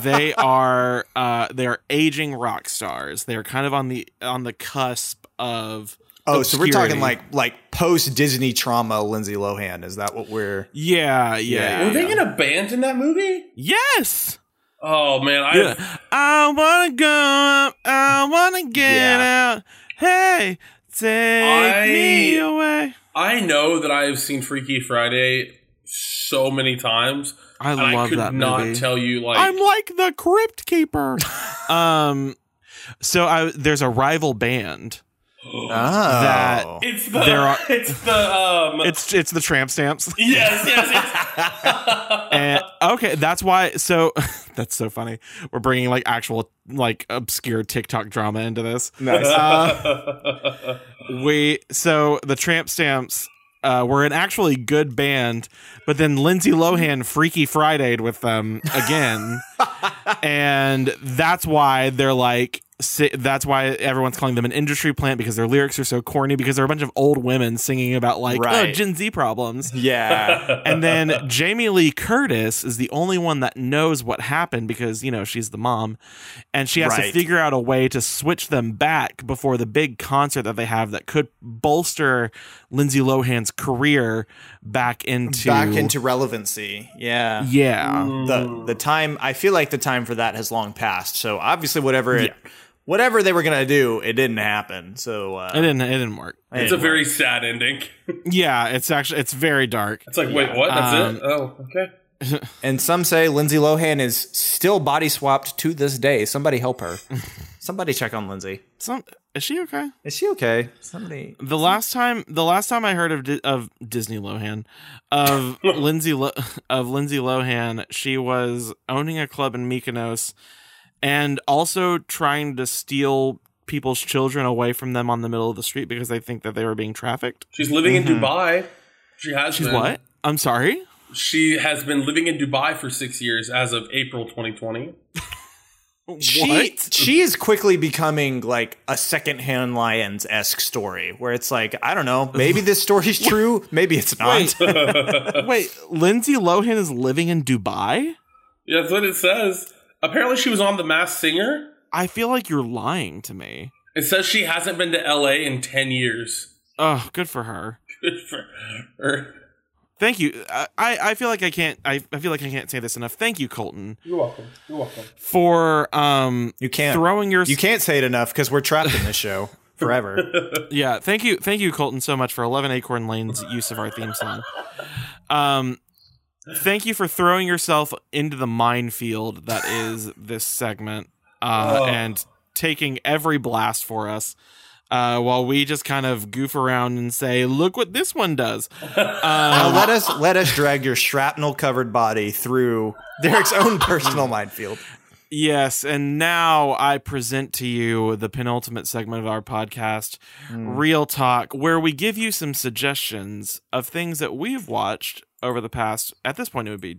S2: they are uh, they are aging rock stars. They are kind of on the on the cusp of
S1: Oh, so we're
S2: obscurity.
S1: talking like like post Disney trauma Lindsay Lohan is that what we're
S2: yeah
S1: Yeah.
S2: yeah.
S3: Were they in a band in that movie?
S2: yes.
S3: Oh man, I
S2: Yeah. I wanna go up, I wanna get out. Hey, take
S3: I-
S2: me away.
S3: I know that I have seen Freaky Friday so many times,
S2: I
S3: and
S2: love
S3: I could
S2: that
S3: not
S2: movie.
S3: tell you like
S2: I'm like the crypt keeper. um, so I there's a rival band.
S1: oh
S3: it's the
S2: there are-
S3: it's the um
S2: It's it's the tramp stamps.
S3: yes yes it's
S2: And okay, that's why. So that's so funny. We're bringing like actual like obscure TikTok drama into this.
S1: nice
S2: We so the tramp stamps. Uh, were an actually good band, but then Lindsay Lohan Freaky Friday'd with them again, and that's why they're like. si- That's why everyone's calling them an industry plant because their lyrics are so corny because they're a bunch of old women singing about like oh
S1: Right.
S2: Gen Z problems.
S1: yeah
S2: And then Jamie Lee Curtis is the only one that knows what happened because, you know, she's the mom. And she has to
S1: Right.
S2: figure out a way to switch them back before the big concert that they have that could bolster Lindsay Lohan's career back into.
S1: back into relevancy. Yeah.
S2: Yeah.
S1: The the time I feel like the time for that has long passed. So obviously whatever it, whatever they were going to do, it didn't happen. So uh
S2: It didn't, it didn't work.
S1: it
S3: it's a
S1: didn't
S3: very
S1: work.
S3: sad ending.
S2: Yeah, it's actually it's very dark.
S3: It's like wait what? That's
S2: Um,
S3: it? Oh okay.
S1: And some say Lindsay Lohan is still body swapped to this day. Somebody help her. Somebody check on Lindsay.
S2: Some is she okay?
S1: Is she okay? Somebody
S2: The last time, the last time I heard of Di- of Disney Lohan, of Lindsay Lo- of Lindsay Lohan, she was owning a club in Mykonos, and also trying to steal people's children away from them on the middle of the street because they think that they were being trafficked.
S3: She's living in
S1: Mhm.
S3: Dubai. She has
S2: mm-hmm. She's
S3: been.
S2: what? I'm sorry.
S3: She has been living in Dubai for six years as of April 2020.
S1: she,
S2: what?
S1: She is quickly becoming like a secondhand lions esque story where it's like, I don't know, maybe this story's true, maybe it's not.
S2: Wait, wait. Lindsay Lohan is living in Dubai.
S3: Yeah, That's what it says. Apparently, she was on The Masked Singer.
S2: I feel like you're lying to me.
S3: It says she hasn't been to LA in 10 years.
S2: Oh, good for her.
S3: Good for her.
S2: Thank you. I, I I feel like I can't. I, I feel like I can't say this enough. Thank you, Colton,
S3: You're welcome. You're welcome.
S2: for um
S1: You can't.
S2: throwing your
S1: You can't say it enough because we're trapped in this show. forever.
S2: Yeah, thank you, thank you, Colton, so much for Eleven Acorn Lane's use of our theme song. Um, thank you for throwing yourself into the minefield that is this segment, uh,
S3: Oh.
S2: and taking every blast for us, uh, while we just kind of goof around and say, "Look what this one does."
S1: now
S2: Um,
S1: let us let us drag your shrapnel covered body through Derek's own personal minefield.
S2: yes, and now I present to you the penultimate segment of our podcast, Real Talk, where we give you some suggestions of things that we've watched over the past, at this point, it would be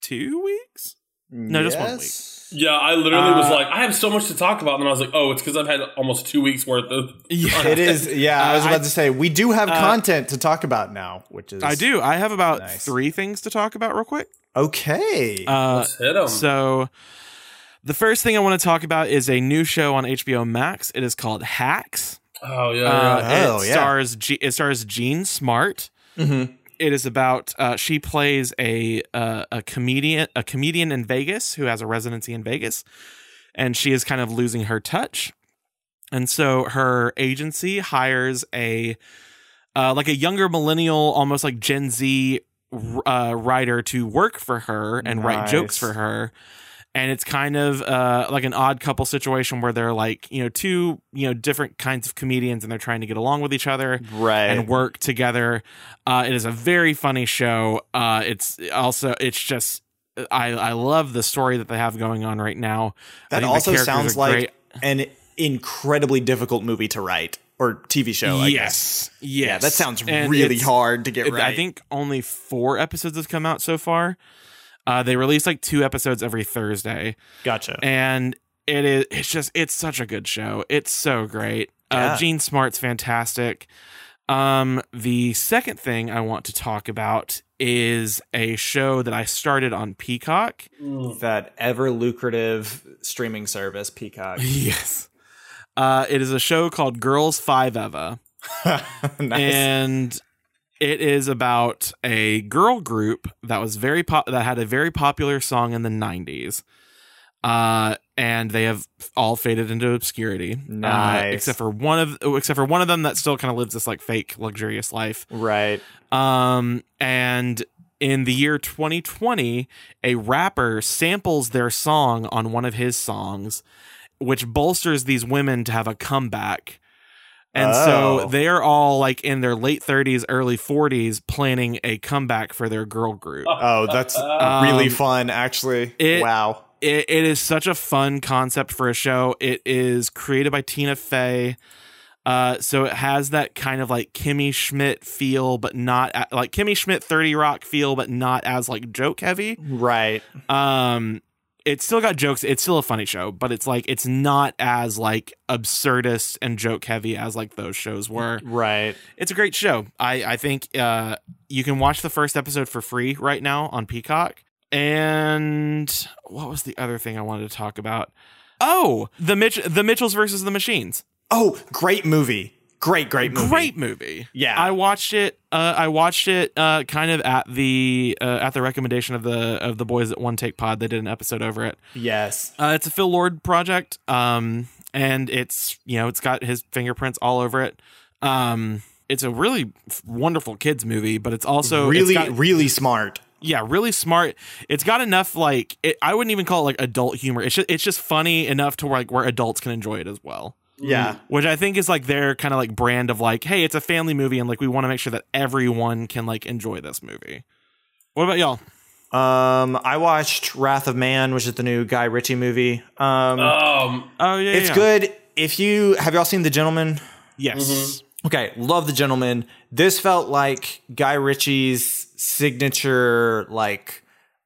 S2: two weeks? No, just one
S1: Yes.
S3: yeah, I literally was
S2: Uh,
S3: like, I have so much to talk about, and then I was like, oh, it's because I've had almost two weeks worth of.
S2: Yeah.
S1: It is. Yeah, I was
S2: Uh,
S1: about
S2: I-
S1: to say we do have
S2: uh,
S1: content to talk about now, which is
S2: I do. I have about
S1: Nice.
S2: three things to talk about, real quick.
S1: okay.
S2: Uh,
S3: Let's hit 'em.
S2: so, the first thing I want to talk about is a new show on HBO Max. It is called Hacks.
S3: oh yeah,
S2: Uh,
S3: yeah.
S1: yeah. Oh,
S2: it
S1: yeah.
S2: stars G- it stars Gene Smart.
S1: Mhm.
S2: It is about uh, she plays a uh, a comedian a comedian in Vegas who has a residency in Vegas, and she is kind of losing her touch, and so her agency hires a uh, like a younger millennial, almost like Gen Z uh, writer to work for her and write
S1: Nice.
S2: jokes for her. And it's kind of uh, like an odd couple situation where they're like, you know, two, you know, different kinds of comedians and they're trying to get along with each other
S1: Right.
S2: and work together. Uh, it is a very funny show. Uh, it's also, it's just, I, I love the story that they have going on right now. I
S1: that
S2: think the
S1: also
S2: characters
S1: sounds
S2: are
S1: like
S2: great.
S1: an incredibly difficult movie to write or TV show. I guess.
S2: yes, yes.
S1: Yeah, that sounds
S2: And
S1: really
S2: it's-
S1: hard to get
S2: it-
S1: right.
S2: I think only four episodes have come out so far. Uh, they release like two episodes every Thursday,
S1: Gotcha.
S2: and it is it's just it's such a good show. It's so great. Uh,
S1: Yeah.
S2: Gene Smart's fantastic. Um, the second thing I want to talk about is a show that I started on Peacock.
S3: Mm.
S1: that ever lucrative streaming service, Peacock.
S2: yes, uh, it is a show called Girls Five Eva.
S1: nice.
S2: and it is about a girl group that was very pop- that had a very popular song in the 90s uh and they have all faded into obscurity Uh,
S1: Nice.
S2: except for one of oh, except for one of them that still kind of lives this like fake luxurious life
S1: right.
S2: um and in the year 2020 a rapper samples their song on one of his songs which bolsters these women to have a comeback and so
S1: Oh.
S2: they're all like in their late 30s, early 40s, planning a comeback for their girl group.
S1: Oh, that's
S2: Um,
S1: really fun, actually.
S2: it-
S1: wow.
S2: It, it is such a fun concept for a show. It is created by Tina Fey. Uh, so it has that kind of like Kimmy Schmidt feel, but not a- like Kimmy Schmidt 30 Rock feel, but not as like joke heavy.
S1: Right.
S2: Um, it's still got jokes. It's still a funny show, but it's like, it's not as like absurdist and joke heavy as like those shows were.
S1: Right.
S2: it's a great show. I I think uh, you can watch the first episode for free right now on Peacock. And what was the other thing I wanted to talk about? Oh, the Mitch the Mitchells versus the Machines.
S1: Oh, great movie. Great, great movie.
S2: Great movie.
S1: Yeah.
S2: I watched it. Uh, I watched it uh, kind of at the uh, at the recommendation of the of the boys at One Take Pod. They did an episode over it.
S1: Yes.
S2: Uh, it's a Phil Lord project, um, and it's you know it's got his fingerprints all over it. Um, it's a really f- wonderful kids movie, but it's also it's
S1: really,
S2: got-
S1: really smart.
S2: yeah, really smart. It's got enough like it, I wouldn't even call it like adult humor. It's just, it's just funny enough to where like where adults can enjoy it as well.
S1: Yeah.
S2: Which I think is like their kind of like brand of like, hey, it's a family movie, and like we want to make sure that everyone can like enjoy this movie. What about y'all?
S1: Um, I watched Wrath of Man, which is the new Guy Ritchie movie. Um,
S3: Um,
S2: Oh yeah,
S1: it's good. If you have y'all seen The Gentleman?
S2: Yes,
S1: Okay, love The Gentleman. This felt like Guy Ritchie's signature, like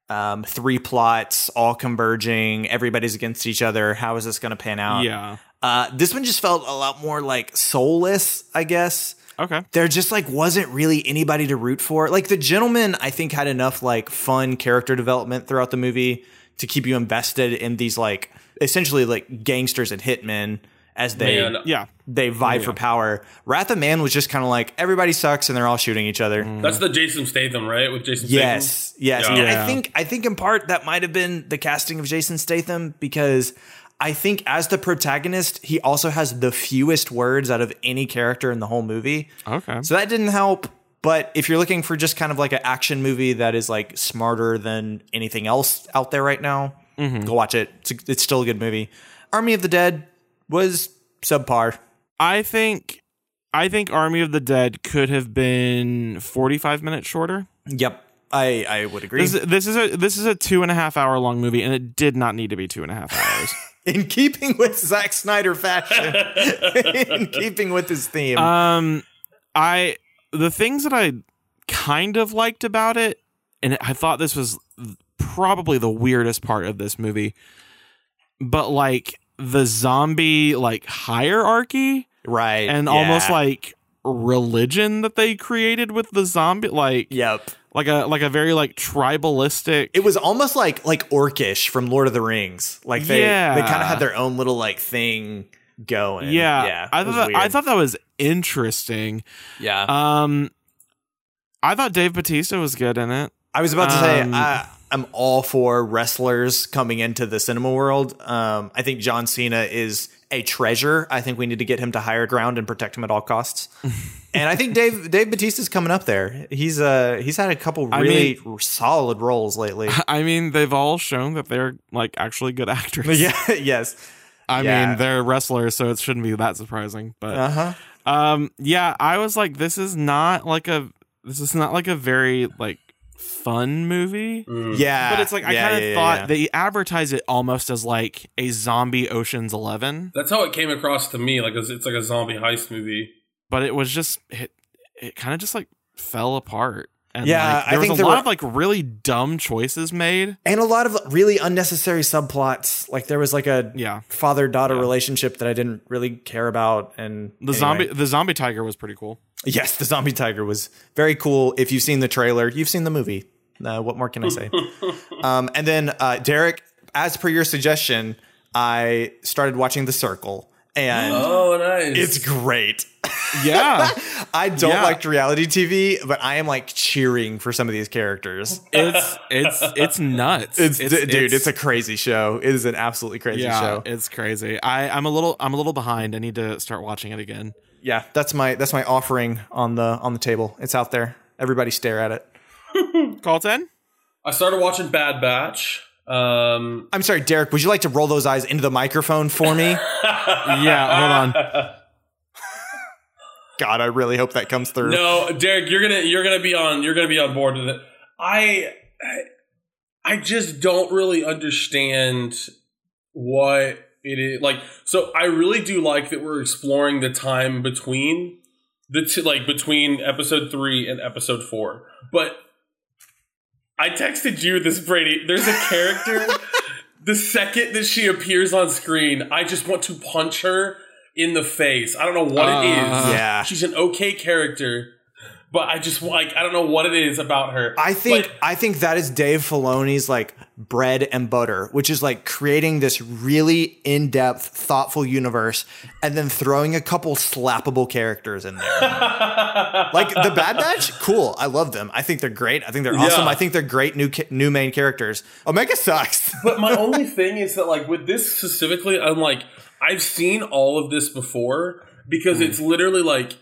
S1: um, three plots all converging. Everybody's against each other. How is this going to pan out?
S2: yeah,
S1: Uh, this one just felt a lot more like soulless, I guess.
S2: okay,
S1: There just like wasn't really anybody to root for. Like the gentleman, I think had enough like fun character development throughout the movie to keep you invested in these like essentially like gangsters and hitmen as they
S3: Man.
S2: yeah.
S1: they vie for power. Wrath of Man was just kind of like everybody sucks and they're all shooting each other.
S3: that's the Jason Statham, right? With Jason Statham.
S1: Yes, yes.
S3: Mm. Yeah.
S1: And
S2: Yeah.
S1: I think I think in part that might have been the casting of Jason Statham because I think as the protagonist, he also has the fewest words out of any character in the whole movie.
S2: Okay.
S1: So that didn't help. But if you're looking for just kind of like an action movie that is like smarter than anything else out there right now, go watch it. It's, a- it's still a good movie. Army of the Dead was subpar.
S2: I think I think Army of the Dead could have been 45 minutes shorter.
S1: Yep, I I would agree.
S2: This, this is a this is a two and a half hour long movie, and it did not need to be two and a half hours.
S1: in keeping with Zack Snyder fashion, in keeping with his theme.
S2: um, I the things that I kind of liked about it, and I thought this was probably the weirdest part of this movie, but like the zombie like hierarchy
S1: right.
S2: and
S1: yeah.
S2: almost like religion that they created with the zombie like
S1: Yep.
S2: like a like a very like tribalistic
S1: It was almost like like orcish from Lord of the Rings. Like they
S2: Yeah.
S1: they kind of had their own little like thing going.
S2: yeah,
S1: Yeah.
S2: I
S1: it was
S2: thought that, I
S1: weird.
S2: thought that was interesting.
S1: yeah.
S2: Um, I thought Dave Batista was good in it.
S1: I was about to say
S2: Um,
S1: I, I'm all for wrestlers coming into the cinema world. Um, I think John Cena is a treasure. I think we need to get him to higher ground and protect him at all costs. and I think Dave Dave Batista's coming up there. He's uh he's had a couple
S2: I
S1: really solid roles lately.
S2: I mean, they've all shown that they're like actually good actors.
S1: yeah, yes.
S2: I
S1: yeah.
S2: mean, they're wrestlers, so it shouldn't be that surprising. But
S1: Uh-huh.
S2: um, yeah, I was like, this is not like a this is not like a very like fun movie.
S3: Mm.
S1: Yeah.
S2: But it's like I
S1: yeah,
S2: kind of
S1: yeah,
S2: thought
S1: yeah.
S2: they advertise it almost as like a zombie Ocean's Eleven,
S3: That's how it came across to me. Like it's it's like a zombie heist movie.
S2: but it was just it, it kind of just like fell apart. And
S1: Yeah,
S2: like,
S1: I
S2: there was
S1: think
S2: a
S1: there
S2: lot
S1: were-
S2: of like really dumb choices made.
S1: and a lot of really unnecessary subplots. Like there was like a
S2: Yeah,
S1: father daughter
S2: Yeah.
S1: relationship that I didn't really care about and
S2: the
S1: anyway.
S2: zombie the zombie tiger was pretty cool.
S1: Yes, the zombie tiger was very cool. If you've seen the trailer, you've seen the movie. Uh, what more can I say? um, and then uh, Derek, as per your suggestion, I started watching The Circle, and
S3: Oh, nice.
S1: it's great.
S2: Yeah,
S1: I don't
S2: Yeah.
S1: like reality TV, but I am like cheering for some of these characters.
S2: it's it's it's nuts.
S1: It's, dude, it's, a crazy show. It is an absolutely crazy
S2: yeah,
S1: show.
S2: it's crazy. I I'm a little I'm a little behind. I need to start watching it again.
S1: yeah, that's my that's my offering on the on the table. It's out there. Everybody stare at it.
S2: Call ten.
S3: I started watching Bad Batch. Um,
S1: I'm sorry, Derek. Would you like to roll those eyes into the microphone for me?
S2: Yeah, hold on.
S1: God, I really hope that comes through.
S3: No, Derek, you're gonna you're gonna be on you're gonna be on board with it. I I- I just don't really understand what it is like. So I really do like that we're exploring the time between the two, like between episode three and episode four. But I texted you this Brady. There's a character. the second that she appears on screen, I just want to punch her in the face. I don't know what it is.
S2: Uh,
S1: yeah.
S3: she's an okay character, but I just like I don't know what it is about her.
S1: I think
S3: Like,
S1: I think that is Dave Filoni's like bread and butter, which is like creating this really in-depth, thoughtful universe and then throwing a couple slappable characters in there. like the Bad Batch, cool. I love them. I think they're great. I think they're awesome.
S3: Yeah.
S1: I think they're great new ca- new main characters. Omega sucks.
S3: but my only thing is that like with this specifically, I'm like I've seen all of this before because it's literally like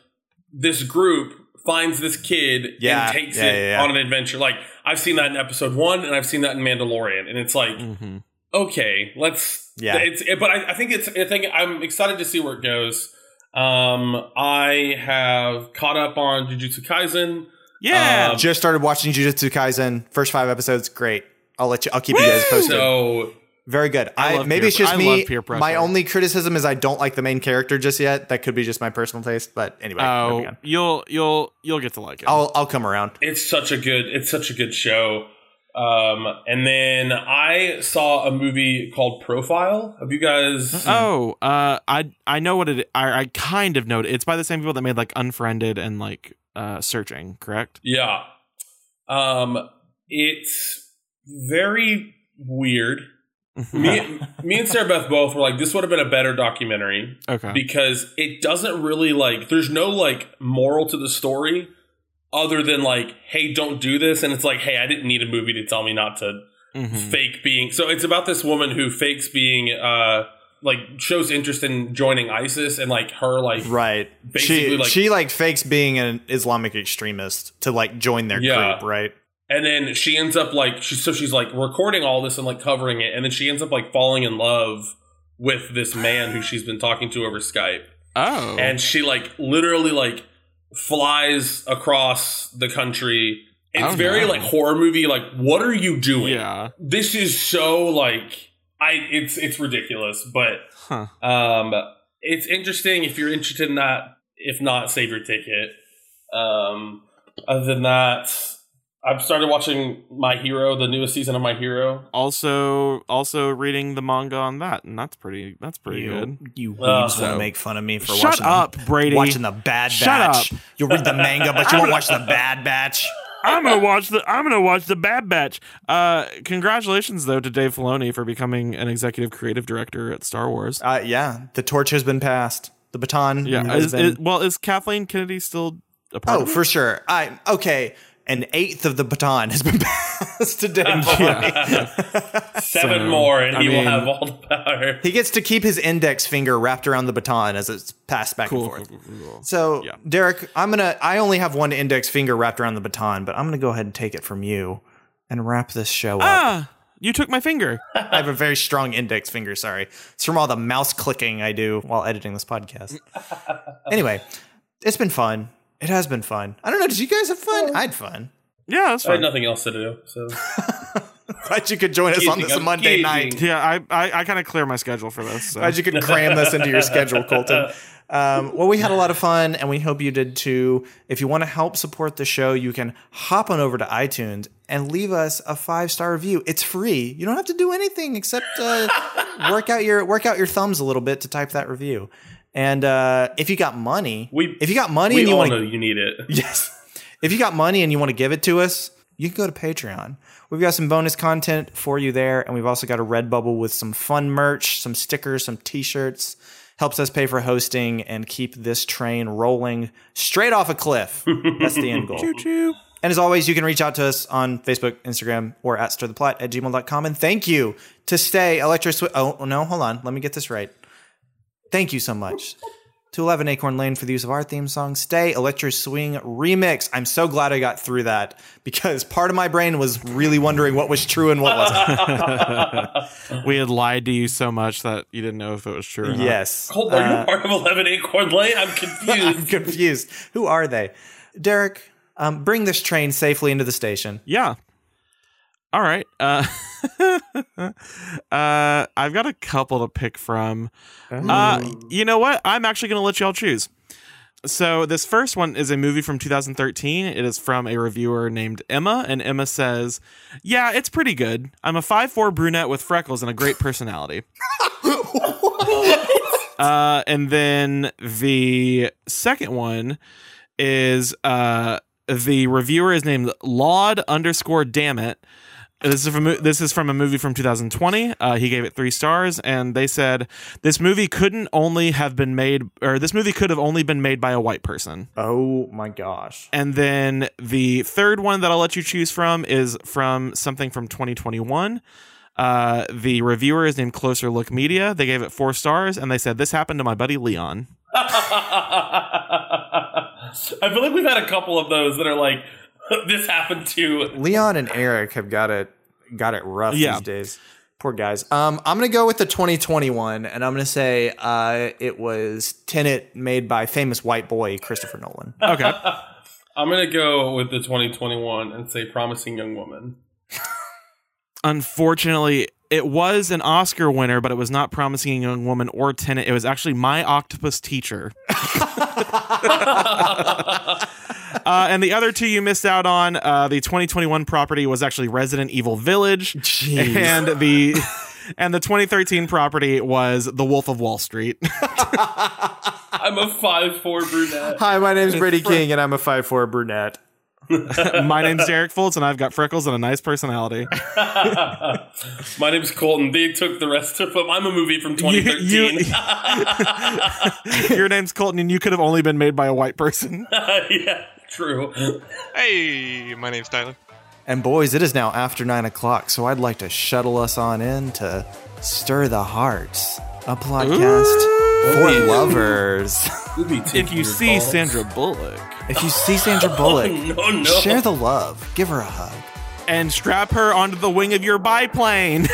S3: this group finds this kid
S1: Yeah,
S3: and takes
S1: yeah,
S3: it
S1: yeah, yeah.
S3: on an adventure. Like I've seen that in episode one, and I've seen that in Mandalorian, and it's like
S2: Mm-hmm.
S3: okay, let's.
S1: Yeah.
S3: It's it, but I, I think it's. I think I'm excited to see where it goes. Um, I have caught up on Jujutsu Kaisen.
S2: Yeah,
S3: Um,
S1: Just started watching Jujutsu Kaisen. First five episodes, great. I'll let you. I'll keep you guys posted.
S3: So
S1: Very good. I,
S2: love
S1: maybe
S2: peer-
S1: it's just
S2: I
S1: me.
S2: love peer pressure.
S1: My only criticism is I don't like the main character just yet. That could be just my personal taste, but anyway, moving
S2: oh,
S1: on.
S2: you'll you'll you'll get to like it.
S1: I'll I'll come around.
S3: it's such a good. It's such a good show. Um, and then I saw a movie called Profile. Have you guys?
S2: Oh, uh, I I know what it. I, I kind of know it. It's by the same people that made like Unfriended and like uh, Searching, correct?
S3: Yeah. Um, it's very weird.
S1: Mm-hmm.
S3: Me, me and Sarah Beth both were like, this would have been a better documentary.
S2: okay.
S3: because it doesn't really like there's no like moral to the story other than like hey don't do this and it's like hey i didn't need a movie to tell me not to
S1: Mm-hmm.
S2: Mhm.
S3: fake being so it's about this woman who fakes being uh like shows interest in joining ISIS and like her like
S1: Right.
S3: Basically,
S1: she
S3: like-
S1: she like fakes being an Islamic extremist to like join their
S3: Yeah.
S1: group, right?
S3: and then she ends up like she so she's like recording all this and like covering it and then she ends up like falling in love with this man who she's been talking to over Skype
S1: Mm-hmm.
S2: Oh,
S3: and she like literally like flies across the country. It's
S2: Oh,
S3: very
S2: no.
S3: like horror movie. Like, what are you doing?
S2: yeah,
S3: This is so like I. It's it's ridiculous, but
S2: huh?
S3: um, it's interesting if you're interested in that. If not, save your ticket. Um, other than that, I've started watching My Hero, the newest season of My Hero.
S2: Also, also reading the manga on that, and that's pretty. That's pretty
S1: you,
S2: good.
S1: You
S3: Uh,
S1: weebs
S2: so-
S1: that make fun of me for
S2: Shut
S1: watching
S2: up,
S1: The,
S2: Brady.
S1: watching the Bad
S2: Shut
S1: Batch. You'll read the manga, but you won't watch the Bad Batch.
S2: I'm gonna watch the. I'm gonna watch the Bad Batch. Uh, congratulations though to Dave Filoni for becoming an executive creative director at Star Wars.
S1: Uh, yeah, the torch has been passed. The baton.
S2: Yeah.
S1: has
S2: Is,
S1: been-
S2: is- well, is Kathleen Kennedy still a part?
S1: oh,
S2: of it?
S1: for sure. I okay. An eighth of the baton has been passed to Dave
S3: Yeah.
S1: Filoni.
S3: Seven
S2: So,
S3: more, and
S2: I
S3: he
S2: mean-
S3: will have all the power.
S1: he gets to keep his index finger wrapped around the baton as it's passed back
S2: cool.
S1: and forth.
S2: cool, cool, cool.
S1: So,
S2: Yeah.
S1: Derek, I'm gonna. I only have one index finger wrapped around the baton, but I'm gonna go ahead and take it from you and wrap this show up.
S2: Ah, you took my finger.
S1: I have a very strong index finger. Sorry, it's from all the mouse clicking I do while editing this podcast. anyway, it's been fun. It has been fun. I don't know. Did you guys have
S2: Oh.
S1: fun? I had fun.
S2: Yeah, that's
S3: I had
S2: fine.
S3: nothing else to do, so
S1: Glad you could join us on
S3: Gazing,
S1: this
S3: I'm
S1: Monday
S3: gazing.
S1: night.
S2: Yeah, I I, I kind of clear my schedule for this. So.
S1: Glad you could cram this into your schedule, Colton. Um, well, we had a lot of fun, and we hope you did too. If you want to help support the show, you can hop on over to iTunes and leave us a five star review. It's free. You don't have to do anything except uh, work out your work out your thumbs a little bit to type that review. And uh, if you got money,
S3: We-
S1: if you got money and
S3: we
S1: you Uh,
S3: all
S1: want
S3: know
S1: to
S3: you need it.
S1: Yes. If you got money and you want to give it to us, you can go to Patreon. We've got some bonus content for you there, and we've also got a Redbubble with some fun merch, some stickers, some t-shirts. Helps us pay for hosting and keep this train rolling straight off a cliff. That's the end goal.
S2: Choo-choo.
S1: And as always, you can reach out to us on Facebook, Instagram, or at stirtheplot at gmail.com. And thank you to Stay Electro Swi- Oh, no, hold on. Let me get this right. Thank you so much to 11 Acorn Lane for the use of our theme song, Stay Electro Swing Remix. I'm so glad I got through that because part of my brain was really wondering what was true and what wasn't.
S2: we had lied to you so much that you didn't know if it was true. Or not.
S1: yes.
S3: Hold on,
S1: Uh,
S3: you're part of Eleven Acorn Lane. I'm
S1: I'm
S3: confused.
S1: confused. Who are they? Derek, um, bring this train safely into the station.
S2: Yeah. All right. Uh, uh, I've got a couple to pick from. Uh, you know what? I'm actually going to let y'all choose. So this first one is a movie from 2013. It is from a reviewer named Emma, and Emma says, "Yeah, it's pretty good. I'm a 5'4 brunette with freckles and a great personality." uh, and then the second one is uh, the reviewer is named Laud underscore damn it. This is from this is from a movie from 2020. Uh, he gave it three stars, and they said this movie couldn't only have been made, or this movie could have only been made by a white person.
S1: Oh my gosh.
S2: And then the third one that I'll let you choose from is from something from 2021. Uh, the reviewer is named Closer Look Media. They gave it four stars, and they said this happened to my buddy Leon.
S3: I feel like we've had a couple of those that are like, this happened to.
S1: Leon and Eric have got it got it rough
S2: Yeah.
S1: these days. Poor guys. Um, I'm gonna go with the 2021, and I'm gonna say uh, it was Tenet made by famous white boy Christopher Nolan.
S2: Okay.
S3: I'm gonna go with the 2021 and say promising young woman.
S2: unfortunately it was an oscar winner but it was not promising young woman or tenant it was actually my octopus teacher uh, and the other two you missed out on uh, the 2021 property was actually resident evil village
S1: Jeez.
S2: and the and the 2013 property was the wolf of wall street
S3: I'm a five four brunette.
S1: Hi, my name's Brady King, and I'm a 5'4 brunette.
S2: my name's derek fultz and i've got freckles and a nice personality
S3: My name's Colton. They took the rest of them. I'm a movie from
S2: You-
S3: 2013.
S2: you- your name's colton and you could have only been made by a white person
S3: yeah, true.
S5: Hey, my name's Tyler.
S1: And boys, it is now after nine o'clock, so I'd like to shuttle us on in to stir the hearts a podcast for lovers.
S2: If you see Sandra Bullock
S1: If you see Sandra Bullock,
S3: no, no.
S1: share the love, give her a hug.
S2: and strap her onto the wing of your biplane.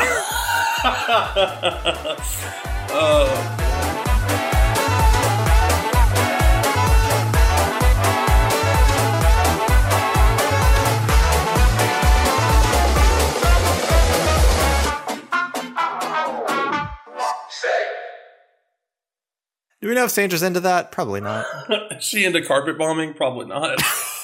S1: Do we know if Sandra's into that? Probably not.
S3: Is she into carpet bombing? Probably not.